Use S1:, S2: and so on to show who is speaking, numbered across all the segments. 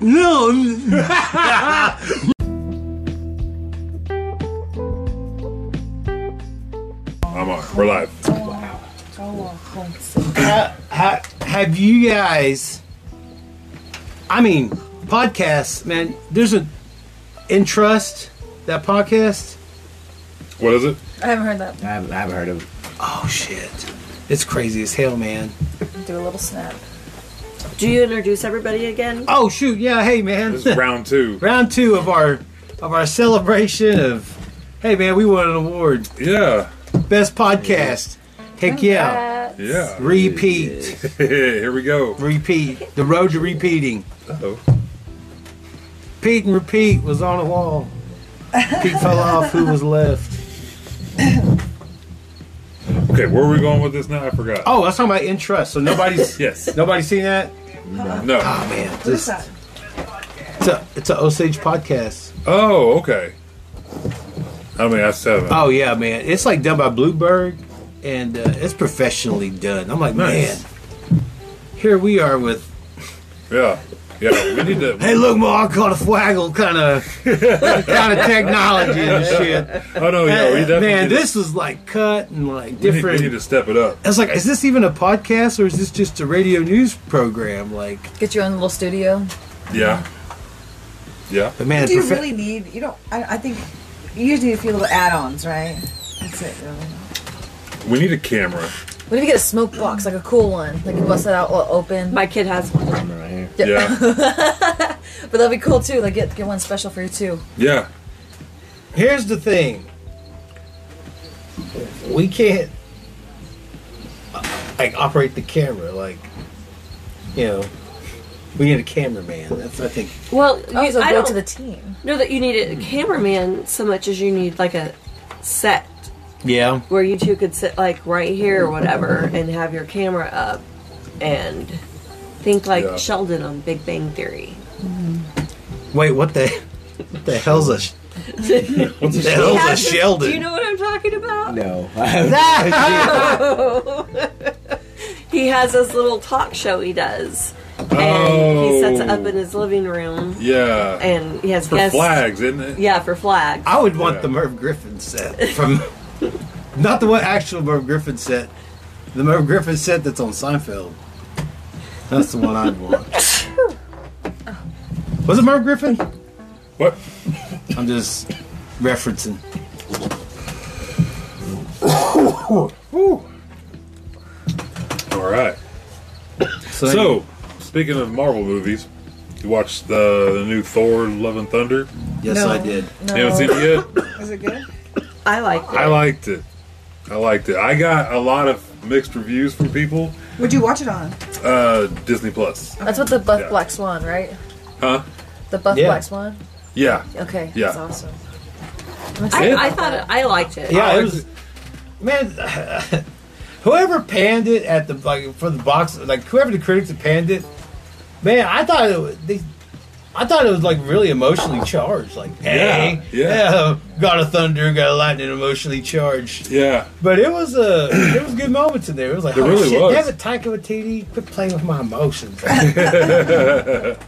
S1: No.
S2: I'm on. We're live.
S1: Ha- ha- have you guys? I mean, podcasts, man. There's a in trust that podcast.
S2: What is it?
S3: I haven't heard that.
S4: I haven't, I haven't heard of
S1: Oh shit, it's crazy as hell, man.
S3: Do a little snap.
S5: Do you introduce everybody again?
S1: Oh shoot, yeah. Hey, man.
S2: This is round two.
S1: Round two of our of our celebration of. Hey, man, we won an award,
S2: Yeah.
S1: best podcast. Heck yeah.
S2: Uh, Yeah.
S1: Repeat,
S2: Here we go.
S1: repeat. The road to repeating.
S2: Uh-oh.
S1: Pete and repeat was on a wall. Pete fell off. Who was left?
S2: Okay, where are we going with this now? I forgot.
S1: Oh, I was talking about in trust. So nobody's
S2: Yes.
S1: nobody's seen that.
S2: No.
S1: Oh man,
S3: What is
S1: this,
S3: that?
S1: it's a it's a Osage podcast.
S2: Oh, okay. I mean, I seven.
S1: Oh yeah, man, it's like done by Bluebird, and uh, it's professionally done. I'm like,
S2: Nice.
S1: man, here we are with.
S2: Yeah. Yeah. We need to.
S1: Hey, look, Ma, I caught a flaggle kind of kind of technology and shit.
S2: Oh no. Yeah. We definitely
S1: man,
S2: need to-
S1: this was like cut and like
S2: we need- We need
S1: different.
S2: to step it up.
S1: I was like, is this even a podcast or is this just a radio news program? Like,
S3: Get your own little studio.
S2: Yeah. Yeah.
S1: but man,
S6: Do you
S1: profe-
S6: really need? You don't. I, I think you just need a few little add-ons, right? That's it, really.
S2: We need a camera.
S3: What if you get a smoke box, like a cool one, like you bust it out all open?
S5: My kid has one.
S4: them right here.
S2: Yeah.
S3: But that'd be cool too. Like get get one special for you too.
S2: Yeah.
S1: Here's the thing. We can't uh, like operate the camera like you know. We need a cameraman. That's I think.
S5: Well,
S3: Oh,
S5: you,
S3: so
S5: I
S3: go
S5: don't
S3: to the team.
S5: know that you need a cameraman so much as you need like a set
S1: Yeah.
S5: where you two could sit like right here or whatever and have your camera up and think like
S2: Yeah.
S5: Sheldon on Big Bang Theory.
S1: Wait, what the what the hell's a what's Oh, the hell's a
S5: Has it-
S1: Sheldon?
S5: Do you know what I'm talking about?
S4: No.
S5: He has this little talk show he does. And he sets it up in his living room
S2: Yeah.
S5: and he has
S2: For
S5: guests.
S2: flags, isn't it?
S5: Yeah, for flags.
S1: I would want
S2: Yeah.
S1: the Merv Griffin set from not the one actual Merv Griffin set. The Merv Griffin set that's on Seinfeld. That's the one I'd want. Was it Merv Griffin?
S2: What?
S1: I'm just referencing.
S2: All right.
S1: So,
S2: So, speaking of Marvel movies, you watched the, the new Thor: Love and Thunder.
S1: yes, I did.
S3: No.
S2: You haven't seen it yet.
S6: Is it good?
S5: I like it.
S2: I liked it. I liked it. I got a lot of mixed reviews from people.
S6: Would you watch it on?
S2: Uh, Disney Plus.
S3: That's what the buff
S2: Yeah.
S3: black swan, right?
S2: Huh?
S3: The buff
S1: Yeah.
S3: black swan.
S2: Yeah.
S3: Okay.
S2: Yeah.
S3: That's awesome. I'm excited
S5: I,
S2: It-
S3: about
S5: I thought it,
S3: that.
S5: I liked it.
S1: Yeah,
S2: I
S1: it
S2: liked
S1: was. Man, whoever panned it at the like for the box, like whoever the critics that panned it, man, I thought it was, they, I thought it was like really emotionally charged. Like, hey,
S2: Yeah,
S1: got a thunder, got a lightning, emotionally charged.
S2: Yeah.
S1: But it was uh, there was good moments in there. It was like,
S2: There
S1: oh
S2: really
S1: shit,
S2: was.
S1: damn it, Taika Waititi, quit playing with my emotions.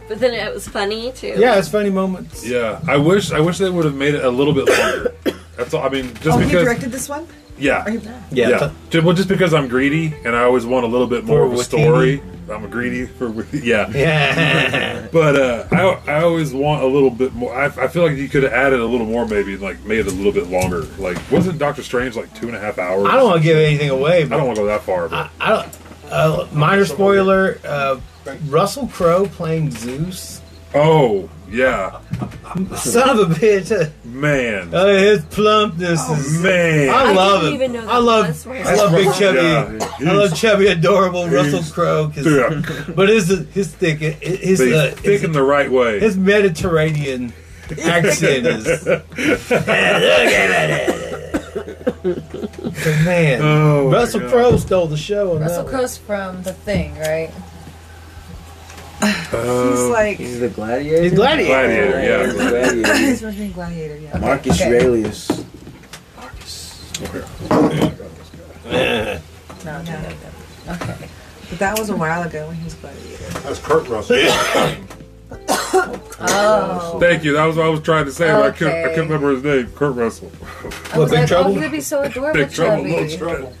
S5: But then it was funny too.
S1: yeah, it's funny moments.
S2: Yeah. I wish. I wish they would have made it a little bit longer. That's all. I mean, just
S6: Oh, he
S2: because.
S6: directed this one.
S2: Yeah.
S6: Are you,
S1: yeah.
S2: yeah. Ju- Well, just because I'm greedy and I always want a little bit more
S1: For
S2: of a
S1: Watiti.
S2: story. I'm a greedy for yeah.
S1: yeah.
S2: But uh, I I always want a little bit more. I, I feel like you could have added a little more, maybe like made it a little bit longer. Like wasn't Doctor Strange like two and a half hours?
S1: I don't want to give anything away,
S2: I
S1: but
S2: don't want to go that far. But
S1: I don't. Uh, minor spoiler: uh, Russell Crowe playing Zeus.
S2: oh yeah,
S1: Son of a bitch!
S2: man,
S1: Uh, his plumpness is.
S2: man.
S1: I
S5: I
S1: love it.
S5: didn't even know that
S1: I love.
S5: was
S1: I
S5: Russell
S1: love big
S5: Crowe.
S1: chubby.
S2: Yeah,
S1: I love chubby, adorable Russell
S2: he's-
S1: Crowe. 'cause-
S2: yeah.
S1: But his his thick his
S2: But he's
S1: uh, his,
S2: thinking the right way.
S1: his Mediterranean accent is. Look at it. Man,
S2: Oh, my
S1: Russell
S2: God.
S1: Crowe stole the show on
S3: Russell
S1: that.
S3: Crowe's from The Thing, right?
S6: he's
S2: Oh,
S6: like
S4: He's the gladiator.
S1: He's Gladiator.
S2: Gladiator, yeah.
S4: Gladiator.
S6: he's supposed to be Gladiator. Yeah.
S4: Marcus
S6: Okay.
S4: Aurelius.
S6: No, no, no, no. Okay. But that was a while ago when he was quite a year.
S7: That's Kurt Russell.
S3: Oh.
S2: Thank you. That was what I was trying to say. But I couldn't. I
S3: Okay.
S2: couldn't remember his name. Kurt Russell.
S3: I was
S1: Big
S3: like,
S1: Trouble?
S3: oh, he would be so adorable,
S2: Big Trouble,
S3: Chubby.
S2: Little
S7: Trouble.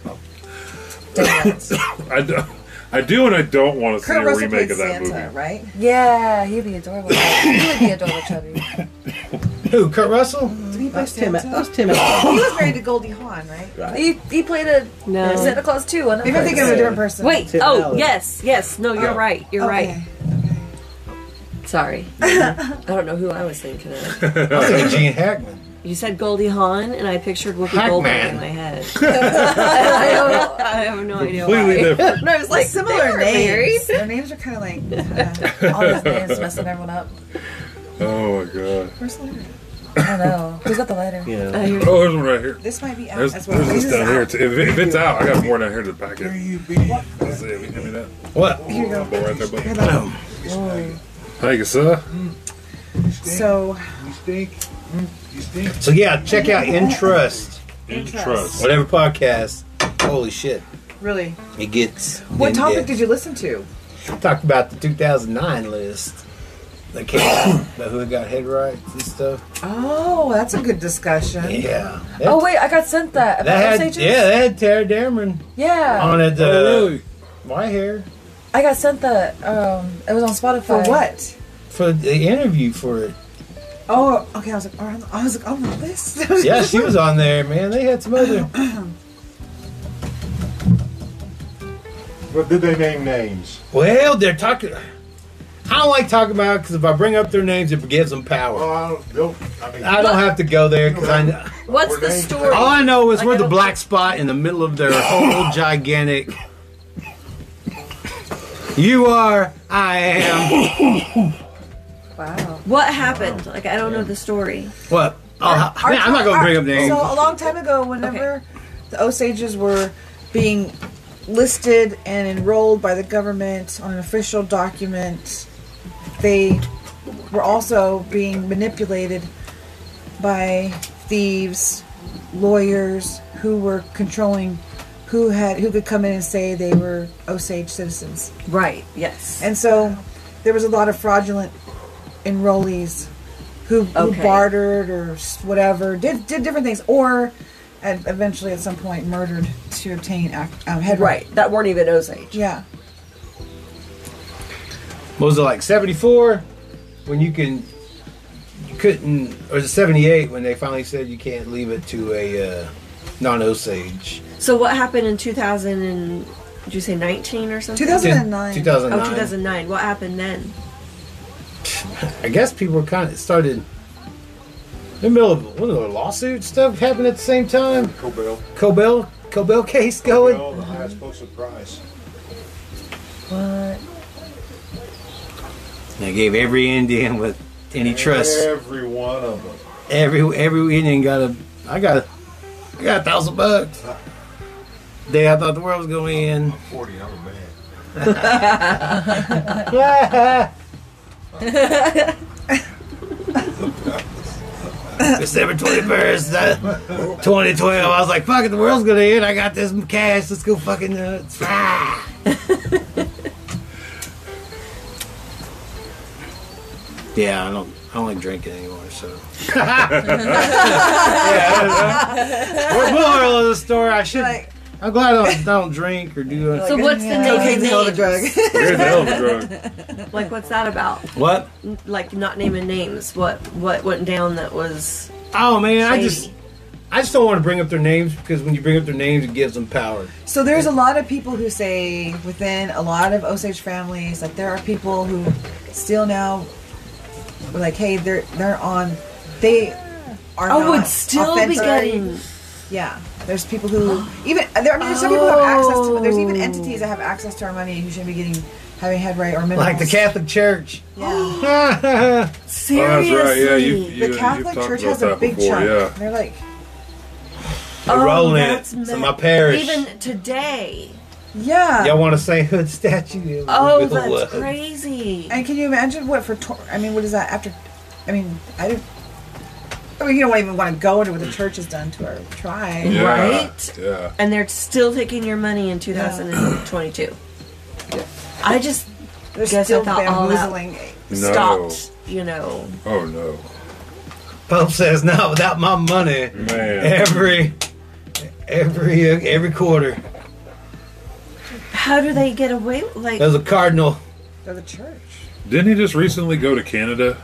S6: Damn it.
S2: I do, I do, and I don't want to see
S6: Kurt
S2: a
S6: Russell
S2: remake
S6: played
S2: of that
S6: Santa,
S2: movie.
S6: right?
S3: Yeah, he'd be adorable. he would be adorable, Chubby.
S1: Who? Kurt Russell?
S6: Did he play
S4: That's Tim.
S6: Uh, Santa?
S4: That's Tim.
S6: he was married to Goldie Hawn, right?
S3: He, he played a
S5: No.
S3: Santa Claus too. wasn't it?
S6: Maybe I'm thinking of a different person.
S5: Wait.
S4: Tim
S5: Oh,
S4: Allen.
S5: yes, yes. No, you're right. You're
S6: Okay.
S5: right. Sorry. I don't know who I was thinking of.
S1: I'm thinking Gene Hackman.
S5: You said Goldie Hawn, and I pictured Whoopi
S1: Hackman.
S5: Goldberg in my head. I, don't know. I have no idea
S2: Completely
S5: why.
S2: different.
S5: No, I was
S6: Like
S5: like they
S6: similar
S5: were
S6: names.
S5: married.
S6: Their names are kind of like uh,
S3: All these names messing everyone up.
S2: Oh my god.
S6: where's the letter?
S3: I don't know. Who's got the lighter?
S4: Yeah.
S5: I hear-
S2: Oh, there's one right here.
S6: This might be out
S2: There's,
S6: as well.
S2: there's this
S6: is
S2: down
S6: out.
S2: here. too. If, it- if it's out, I got more down here to the
S7: Here
S2: packet.
S7: you be.
S2: Let's see. Give me give me that.
S1: What?
S6: Here you go.
S2: Right there, buddy.
S6: Here, look.
S2: Thank you, sir. Oh.
S6: So
S7: You stink. You stink.
S1: So yeah, check out Interest,
S6: Interest.
S1: whatever podcast. Holy shit,
S6: really,
S1: it gets.
S6: what topic did you listen to?
S1: you talk about? The 2009 list that came out about who got head rights and stuff.
S6: Oh, that's a good discussion.
S1: Yeah. That,
S3: Oh wait, I got sent that. About
S1: that had
S3: Osage?
S1: yeah, that had Tara Dameron
S3: Yeah.
S1: on it. Uh,
S2: Hallelujah.
S1: my hair
S3: I got sent that. Um, it was on Spotify.
S6: For what?
S1: for the interview for it.
S6: Oh, okay. I was like, oh, I was like, on the list.
S1: Yeah, she was on there, man. They had some other.
S7: But did they name names?
S1: Well, they're talking. I don't like talking about because if I bring up their names, it gives them power.
S7: Well, I don't. don't I mean,
S1: I don't have to go there because I know.
S5: What's
S7: Were
S5: the
S7: they-
S5: story?
S1: All I know is
S5: Like,
S1: we're
S5: I
S1: the
S5: don't-
S1: black spot in the middle of their whole gigantic. You are, I am.
S3: Wow.
S5: What happened? Like, I don't know the story.
S1: What? Oh,
S6: Our
S1: man, I'm not gonna
S6: top-
S1: bring up names.
S6: So a long time ago, whenever the Osages were being listed and enrolled by the government on an official document, they were also being manipulated by thieves, lawyers who were controlling who had who could come in and say they were Osage citizens.
S5: Right. Yes.
S6: And so there was a lot of fraudulent enrollees who,
S5: Okay.
S6: who bartered or s- whatever, did, did different things, or and eventually at some point murdered to obtain ac um, head
S3: Right. That weren't even Osage.
S6: Yeah.
S1: What was it like 74 when you can you couldn't or was it 78 when they finally said you can't leave it to a uh, non-Osage?
S5: So what happened in 2000 and did you say 19 or something?
S6: 2000 2009.
S1: 2009.
S5: Oh, 2009. What happened then?
S1: I guess people were kind of started in the middle of what was it, lawsuit stuff happened at the same time.
S7: Cobell.
S1: Cobell Cobell case going.
S7: Cobell, the highest posted price.
S3: What?
S1: They gave every Indian with any trust.
S7: Every one of them.
S1: Every every Indian got a. I got. A, I got a thousand bucks.
S7: Uh.
S1: Day I thought the world was going to end.
S7: 40, I'm a man.
S1: December twenty first, uh, twenty twelve. I was like, "Fuck it, the world's gonna end." I got this cash. Let's go fucking nuts. Ah. yeah, I don't. I don't like drinking anymore. So. yeah, I don't know. moral of the story? I should.
S6: Like-
S1: I'm glad I don't, I don't drink or do.
S5: So what's the
S6: Yeah.
S5: name?
S6: Hell of a drug.
S2: Weird hell of a drug.
S5: Like, what's that about?
S1: what?
S5: Like, not naming names. What what went down that was
S1: Oh man, I
S5: shady?
S1: just. I just don't want to bring up their names because when you bring up their names, it gives them power.
S6: So there's a lot of people who say within a lot of Osage families, like there are people who still now, were like, hey, they're they're on, they are.
S5: I Oh, would
S6: not
S5: still be
S6: authentic.
S5: getting.
S6: Yeah, there's people who even there. I mean, there's some people who have access to. There's
S1: Oh.
S6: even entities that have access to our money who shouldn't be getting having head right or minimals.
S1: Like the Catholic Church.
S6: Yeah,
S1: That's
S2: Oh, that's
S5: Seriously.
S2: right. Yeah, you, you,
S6: the
S2: you've
S6: Catholic
S2: talked
S6: Church
S2: about
S6: has a
S2: that
S6: big
S2: before,
S6: chunk.
S2: Yeah.
S6: They're like,
S1: They're rolling it.
S5: Oh, that's
S1: It's
S5: ma-
S1: in my parish.
S5: Even today.
S6: yeah.
S1: Y'all want to say Hood statue?
S5: Oh,
S1: With the
S5: that's
S1: wood.
S5: crazy.
S6: And can you imagine what for? Tor- I mean, what is that after? I mean, I don't. I mean, you don't even want to go into what the church has done to our tribe.
S2: Yeah.
S5: Right?
S2: Yeah.
S5: And they're still taking your money in 2022. I just
S6: They're
S5: Guess I
S6: still
S5: thought all that-
S6: bamboozling.
S2: No.
S5: stopped, you know.
S2: Oh no,
S1: Pope says, "Not without my money."
S2: man!
S1: Every, every, every quarter,
S5: How do they get away? Like,
S1: there's a cardinal.
S6: They're the church.
S2: Didn't he just recently go to Canada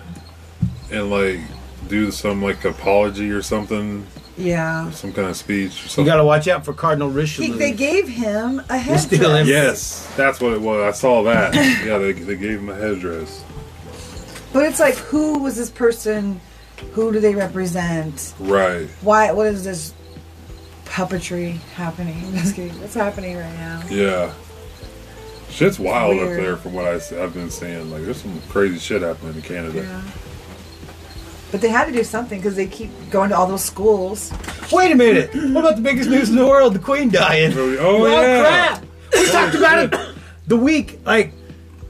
S2: and like do some like apology or something,
S6: Yeah.
S2: some kind of speech or
S1: You
S2: something?
S1: got to watch out for Cardinal Richelieu.
S6: He, they gave him a
S1: We're
S6: headdress.
S1: still in-
S2: yes, that's what it was. I saw that. yeah, they, they gave him a headdress.
S6: But it's like, who was this person? Who do they represent?
S2: Right.
S6: Why? What is this puppetry happening? Just kidding. What's happening right now?
S2: Yeah. Shit's wild up
S6: Weird.
S2: there from what I, have been seeing. Like, there's some crazy shit happening in Canada.
S6: Yeah. But they had to do something because they keep going to all those schools.
S1: Wait a minute. What about the biggest news in the world? The Queen dying.
S2: Oh, oh,
S1: Well,
S2: yeah.
S1: crap. We talked about
S2: shit.
S1: it the week, like,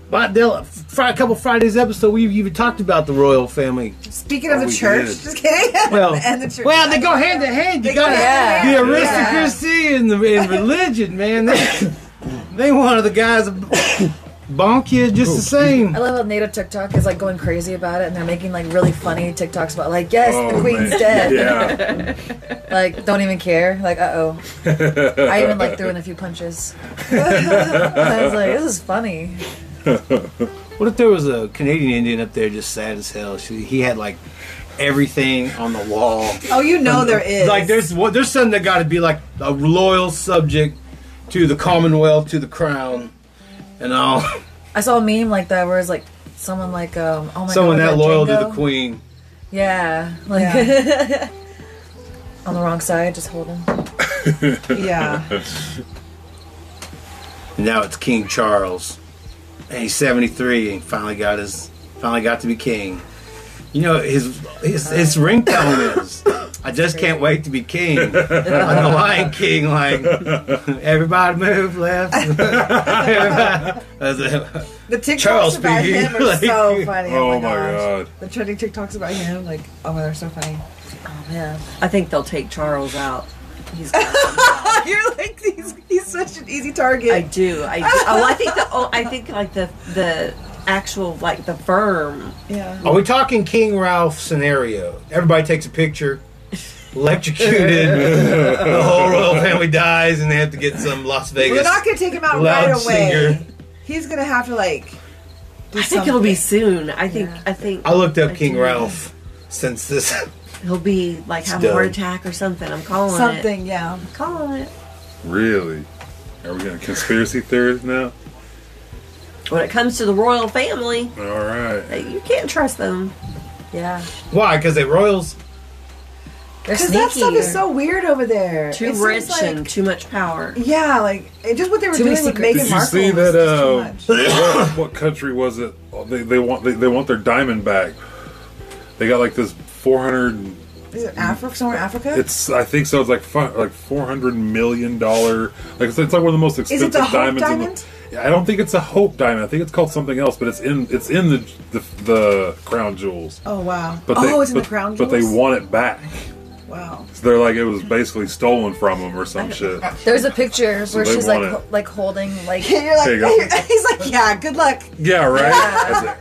S1: about the, fr- a couple Fridays episode. We even talked about the royal family.
S6: Speaking of
S2: Oh,
S6: the
S2: we
S6: church,
S2: did.
S6: just kidding.
S1: Well,
S6: and the church.
S1: well, they go hand in hand. You
S6: They go
S1: got
S6: hand
S1: the
S6: in hand.
S1: aristocracy and the and religion, man. They, they wanted the guys to bonk you just the
S2: Oh,
S1: same.
S3: I love how Native TikTok is like going crazy about it, and they're making like really funny TikToks about like, yes, the
S2: Oh,
S3: queen's
S2: man.
S3: dead.
S2: Yeah.
S3: Like, don't even care. Like, uh oh. I even like threw in a few punches. I was like, this is funny.
S1: What if there was a Canadian Indian up there just sad as hell? She, he had like everything on the wall.
S6: Oh, you know there is.
S1: Like there's what there's something that got to be like a loyal subject to the Commonwealth, to the Crown, and all.
S3: I saw a meme like that where it's like someone like, um, oh my
S1: Someone
S3: god,
S1: that
S3: was
S1: loyal to
S3: Django?
S1: the Queen.
S3: Yeah, like on the wrong side, just hold him.
S6: yeah.
S1: Now it's King Charles, and he's 73 and finally got his finally got to be king. You know his his his ringtone is. I just can't wait to be king. I'm the Lion King. Like everybody move left. everybody. That's it.
S6: The TikToks
S1: Charles
S6: about
S1: speaking.
S6: him are so
S1: Like-
S6: funny.
S2: oh,
S6: Oh,
S2: my
S6: gosh.
S2: God.
S6: The trending TikToks about him, like, oh, they're so funny.
S3: Oh man,
S5: I think they'll take Charles out. He's.
S6: You're like, he's, he's such an easy
S5: I
S6: target.
S5: do. I do. Oh, I think the. Oh, I think like the the actual like the firm.
S6: yeah.
S1: Are we talking King Ralph scenario? Everybody takes a picture, electrocuted, the whole royal family dies, and they have to get some Las
S6: We're
S1: Vegas
S6: not going to take him out
S1: loud
S6: right away.
S1: singer.
S6: He's going to have to, like, do
S5: I think it'll be
S6: something.
S5: soon. I think.
S6: Yeah.
S5: I think.
S2: Oh.
S1: I looked up
S5: I
S1: King
S5: do.
S1: Ralph since this.
S5: He'll be like have a
S1: done.
S5: heart attack or something. I'm calling it.
S6: something, yeah.
S5: Calling it.
S2: Really? Are we getting conspiracy theories now?
S5: When it comes to the royal family,
S2: All right.
S5: they- you can't trust them.
S3: yeah,
S1: Why? Because they royals.
S3: they're
S6: Because
S3: sneaky.
S6: that stuff is so weird over there.
S5: Too
S6: It seems
S5: rich
S6: like-
S5: and too much power.
S6: Yeah, like, it, just what they were
S3: Too many
S6: doing with
S3: secrets.
S6: Meghan
S2: Did you
S6: Markle
S2: see
S6: was
S2: that?
S6: just too
S2: Uh,
S6: much.
S2: what, what country was it? Oh, They, they want they, they want their diamond back. They got like this 400.
S6: Is it Africa? Somewhere in Africa?
S2: It's I think so. It's like fi- like 400 million dollar. Like it's, it's like one of the most
S6: it
S2: expensive
S6: the Hope
S2: diamonds. in the-
S6: diamond?
S2: Yeah, I don't think it's a hope diamond. I think it's called something else. But it's in it's in the the, the crown jewels.
S6: oh, wow.
S2: But
S6: oh,
S2: they,
S6: it's in
S2: but,
S6: the crown
S2: But they
S6: jewels?
S2: want it back.
S6: Wow.
S2: So they're like it was basically stolen from them or some shit.
S3: There's a picture
S2: So
S3: where
S2: they
S3: she's like,
S2: want
S3: ho-
S2: it.
S3: like holding like.
S6: You're like,
S2: There you go.
S6: he's like, yeah, good luck.
S2: Yeah, right. That's it.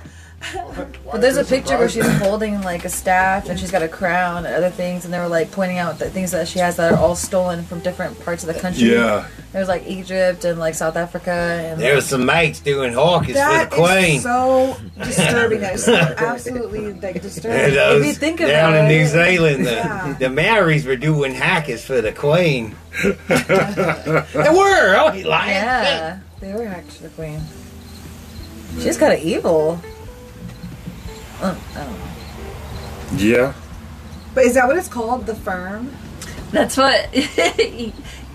S3: But there's a picture where she's holding like a staff and she's got a crown and other things, and they were like pointing out the things that she has that are all stolen from different parts of the country.
S2: Yeah.
S3: There's like Egypt and like South Africa and
S1: There was some mates doing hawkins for
S6: That
S1: the Queen.
S6: is so disturbing. That is so absolutely like
S1: And
S6: disturbing.
S2: uh,
S1: those
S3: If you think of
S1: down
S3: it,
S1: in New
S3: right?
S1: Zealand, the,
S6: Yeah.
S1: the Maoris were doing hackers for the Queen. they were. Oh, he lying.
S3: yeah, they were hacked to the queen. She's kind of evil. Um, oh.
S2: Yeah.
S6: But is that what it's called? The firm?
S5: That's what.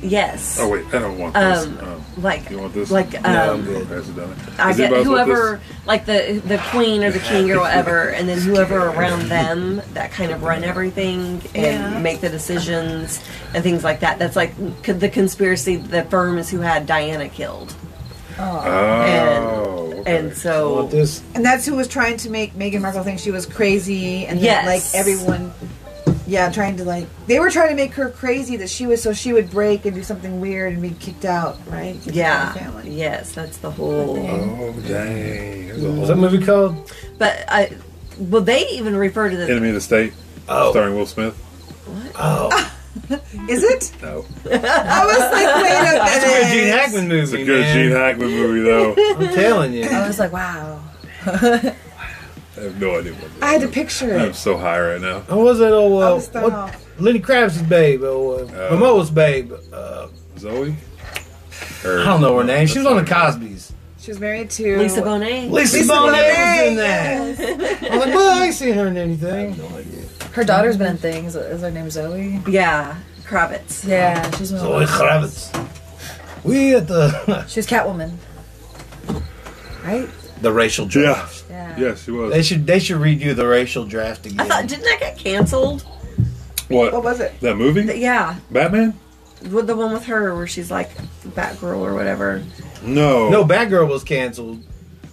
S5: yes.
S2: Oh wait, I don't want this.
S5: Um,
S2: Oh.
S5: like,
S2: You want this?
S5: like, um,
S1: No,
S2: I'm good. Pass it down there.
S5: I
S2: Does anybody else
S5: get
S2: want
S5: whoever, like the the queen or the king or whatever, and then whoever around them that kind of run everything and
S6: Yeah.
S5: make the decisions and things like that. That's like c- the conspiracy. The firm is who had Diana killed,
S2: this? Oh. okay.
S5: and so
S1: Want this?
S6: And that's who was trying to make Meghan Markle think she was crazy, and then,
S5: Yes.
S6: like everyone Yeah, trying to like they were trying to make her crazy that she was so she would break and do something weird and be kicked out, right?
S5: Yeah.
S6: Family.
S5: Yes, that's the whole.
S2: Oh dang! There's a
S1: What's
S2: whole
S1: that movie called?
S5: But I, well, they even refer to the
S2: Enemy of the State,
S1: Oh,
S2: starring Will Smith.
S1: oh,
S6: Is it?
S2: No,
S6: I was like, wait a
S1: that's a good Gene
S6: minute.
S1: Hackman movie,
S2: it's a good Gene Hackman movie though.
S1: I'm telling you.
S3: I was like, wow.
S2: I have no idea what.
S6: I had to picture
S2: I'm
S6: it.
S2: so high right now.
S1: Who was that old?
S6: I
S1: Uh,
S6: was thrown
S1: what-
S6: off.
S1: Lenny Kravitz's babe, or uh,
S2: Oh.
S1: Momoa's babe. Uh,
S2: Zoe.
S1: I don't know her name. She was on the Cosby's.
S6: She was married to
S5: Lisa Bonet.
S1: Lisa,
S6: Lisa
S1: Bonet was
S6: Bonet,
S1: in that. I was like, well, I ain't seen her in anything.
S3: Her daughter's been in things. Is her name Zoe?
S5: Yeah, Kravitz.
S3: Yeah, she's one of
S1: Zoe
S3: those.
S1: Kravitz. We at the
S3: She was Catwoman. Right?
S1: the racial
S2: Yeah.
S1: draft.
S3: Yeah.
S2: Yeah, she
S1: They
S2: was.
S1: should they should redo the racial draft again.
S5: I thought didn't that get canceled?
S6: What
S2: What?
S6: was it?
S2: That movie?
S5: But yeah,
S2: Batman?
S5: with the one with her where she's like Batgirl or whatever.
S2: No.
S1: no, Batgirl was canceled.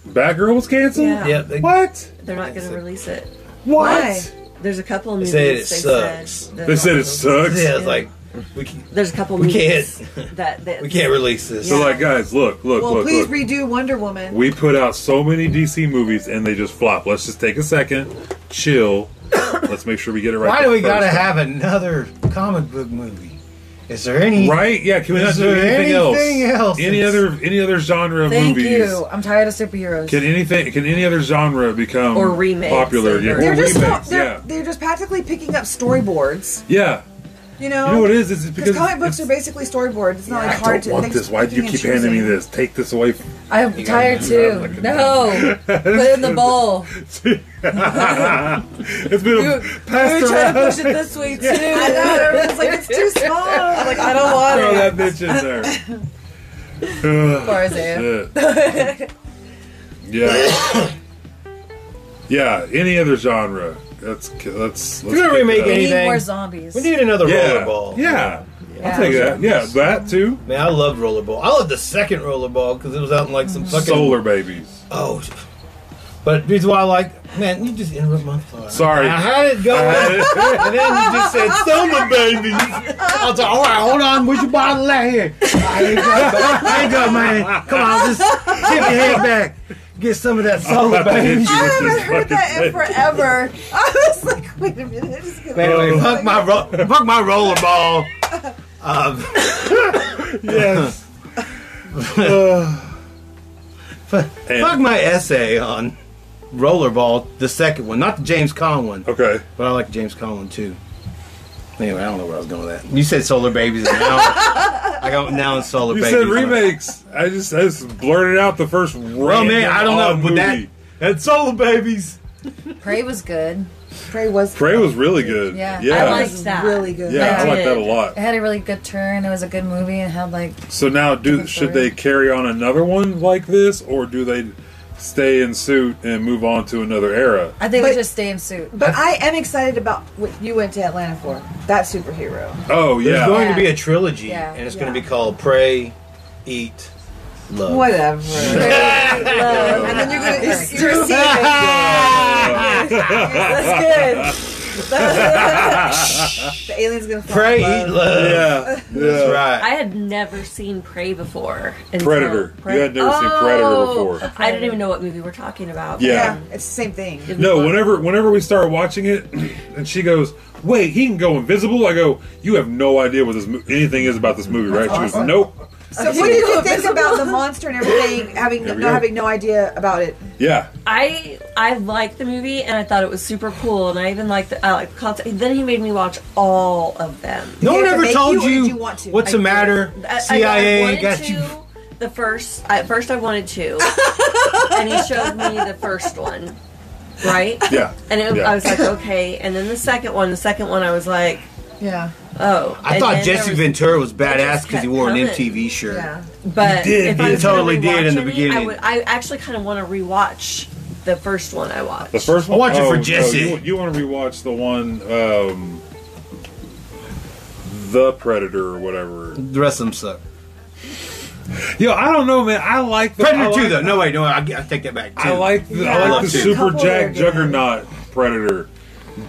S2: Batgirl was canceled.
S5: Yeah.
S1: Yeah, they,
S2: What?
S5: They're not going to release it.
S6: Why?
S5: There's a couple of movies
S1: said it
S5: they
S1: sucks.
S5: said that-
S2: They said it sucks.
S1: Yeah, it's like we can,
S5: There's a couple
S1: we
S5: movies
S1: can't
S5: that, that
S1: we can't release this.
S2: So like, guys, look, look,
S6: Well,
S2: look,
S6: please
S2: look.
S6: redo Wonder Woman.
S2: we put out so many DC movies and they just flop. Let's just take a second, chill. Let's make sure we get it right.
S1: Why
S2: the
S1: do we
S2: first
S1: gotta
S2: time.
S1: have another comic book movie? Is there any
S2: Right? Yeah. Can we
S1: Is
S2: not do
S1: there
S2: anything else?
S1: anything else?
S2: Any
S1: It's-
S2: other any other genre of
S3: Thank
S2: movies?
S3: you. I'm tired of superheroes.
S2: Can anything? Can any other genre become
S5: Or remakes,
S2: popular?
S5: or-
S2: Yeah,
S6: they're
S2: or
S6: just not,
S2: remakes.
S6: they're,
S2: yeah,
S6: they're just practically picking up storyboards.
S2: yeah.
S6: You know.
S2: You know what it is? It's because
S6: Because comic
S2: it's-
S6: books are basically storyboards. It's not like
S2: I
S6: hard
S2: don't
S6: to.
S2: want
S6: they
S2: this.
S6: just
S2: Why do you
S6: picking
S2: keep
S6: and
S2: handing me
S6: choosing.
S2: this? Take this away. From
S3: I'm tired too. No. Put it in the bowl.
S2: it's been a
S3: We
S2: passed
S3: were trying
S2: around.
S3: to push it this way too.
S6: I know. Everyone's like, it's too small. I'm like, I don't want
S2: Throw that
S6: it.
S2: bitch in there. Shit. yeah. yeah. Any other genre? Let's let's. let's
S1: We're gonna
S2: kick
S1: remake
S2: it up.
S1: it.
S3: We need
S1: Anything.
S3: more zombies.
S1: We need another
S2: Yeah.
S1: rollerball.
S2: Yeah.
S3: Yeah.
S2: I'll take that. Yeah, that too.
S1: Man, I love rollerball. I love the second rollerball because it was out in like some fucking
S2: Solar babies.
S1: Oh, sh- but the reason why I like man, you just interrupt my thought.
S2: Sorry.
S1: I had it going, and then you just said Soma babies. I was like, all right, hold on, where's your bottle at here? Here you go, here you go, man. Come on, just tip your head back, get some of that Soma babies.
S6: I haven't heard that in forever. I was like, wait a minute. I just get
S1: Man,
S6: it.
S2: Oh.
S1: anyway, fuck my ro- fuck my rollerball. Um,
S2: Yes. And-
S1: fuck my essay on rollerball, the second one, not the James Conn one.
S2: Okay.
S1: But I like James Conlon too. Anyway, I don't know where I was going with that. You said Solar Babies, and now I got now in Solar
S2: You
S1: Babies.
S2: said remakes. I just I just blurted out the first.
S1: Well,
S2: random
S1: man, I don't
S2: odd
S1: know, but that
S2: movie.
S1: that Solar Babies.
S3: Prey was good.
S6: Prey was
S2: Prey was really good.
S3: Yeah.
S2: Yeah.
S5: I
S6: was
S5: liked that.
S6: really good.
S2: yeah, I
S5: I
S2: like that a
S5: did.
S2: lot.
S3: It had a really good turn. It was a good movie and had like
S2: So now, do
S3: Different
S2: should
S3: story.
S2: they carry on another one like this, or do they stay in suit and move on to another era?
S3: I think
S6: But-
S3: we should stay in suit.
S6: But I am excited about what you went to Atlanta for. That superhero.
S2: Oh
S1: There's
S2: yeah,
S1: going to
S3: Yeah.
S1: be a trilogy,
S3: Yeah,
S1: and it's
S6: yeah.
S1: going to be called Pray, Eat, Love.
S6: Whatever.
S3: Love.
S6: and then you're gonna you're, you're gonna see
S3: That's
S6: the alien's gonna fall
S1: Pray,
S6: in
S1: Eat,
S6: love.
S1: Love.
S2: yeah, yeah.
S1: That's right.
S5: I had never seen Prey before. until-
S2: Predator.
S5: Pre-
S2: You had never seen Predator before.
S5: I didn't even know what movie we're talking about.
S2: Yeah.
S6: Yeah, it's the same thing.
S5: It was
S2: No,
S5: fun.
S2: whenever whenever we started watching it, and she goes, "Wait, he can go invisible." I go, "You have no idea what this mo- anything is about this movie, right?" She goes, "Nope."
S6: So what did you think about the monster and everything, having
S2: There we
S6: no
S2: go.
S6: having no idea about it?
S2: Yeah,
S5: I I liked the movie and I thought it was super cool and I even liked the I liked the concept. Then he made me watch all of them.
S1: No
S6: Did
S1: one
S6: it
S1: ever
S6: make
S1: told
S6: you or
S1: you,
S6: did you want to?
S1: what's
S6: I
S1: the
S6: did.
S1: matter.
S5: I- I- I
S1: CIA
S5: wanted
S1: got
S5: to,
S1: you.
S5: The first, I- at first, I wanted to, and he showed me the first one, right?
S2: yeah.
S5: And it,
S2: Yeah.
S5: I was like, okay. And then the second one, the second one, I was like,
S6: Yeah,
S5: oh.
S1: I
S5: And
S1: thought
S5: then there
S1: Jesse
S5: was-
S1: Ventura was badass
S5: just
S1: because he
S5: kept
S1: wore an
S5: coming.
S1: MTV shirt.
S6: yeah.
S5: But
S1: You did.
S5: if
S1: You
S5: I was
S1: totally
S5: gonna
S1: did in the
S5: rewatch any, I,
S1: beginning.
S5: would, I actually kind of want to rewatch the first one I watched.
S2: The first one.
S1: I watch it for
S2: no,
S1: Jesse.
S2: you, you want to rewatch the one, um, the Predator or whatever.
S1: The rest of them suck.
S2: Yo, I don't know, man. I like the I
S1: Predator
S2: like,
S1: two though. No wait, no, I, I take that back.
S2: I
S1: two.
S2: like the,
S1: I
S2: I
S1: love
S2: like the
S1: two.
S2: Super
S6: Couple are
S2: Jack
S6: good.
S2: Juggernaut Predator.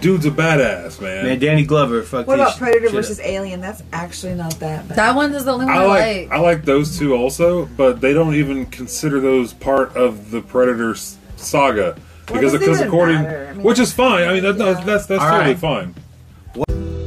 S2: Dude's a badass, man.
S1: Man, Danny Glover. Fuck
S6: What about Predator
S1: shit up.
S6: versus Alien? That's actually not that bad.
S3: That one is the only one
S2: I
S3: I
S2: like
S3: like.
S2: I like those two also, but they don't even consider those part of the Predator s- saga because
S6: does it
S2: because
S6: even
S2: according,
S6: matter? I mean,
S2: which is fine. I mean that,
S6: yeah.
S2: that's that's that's
S1: All
S2: totally
S1: right.
S2: fine.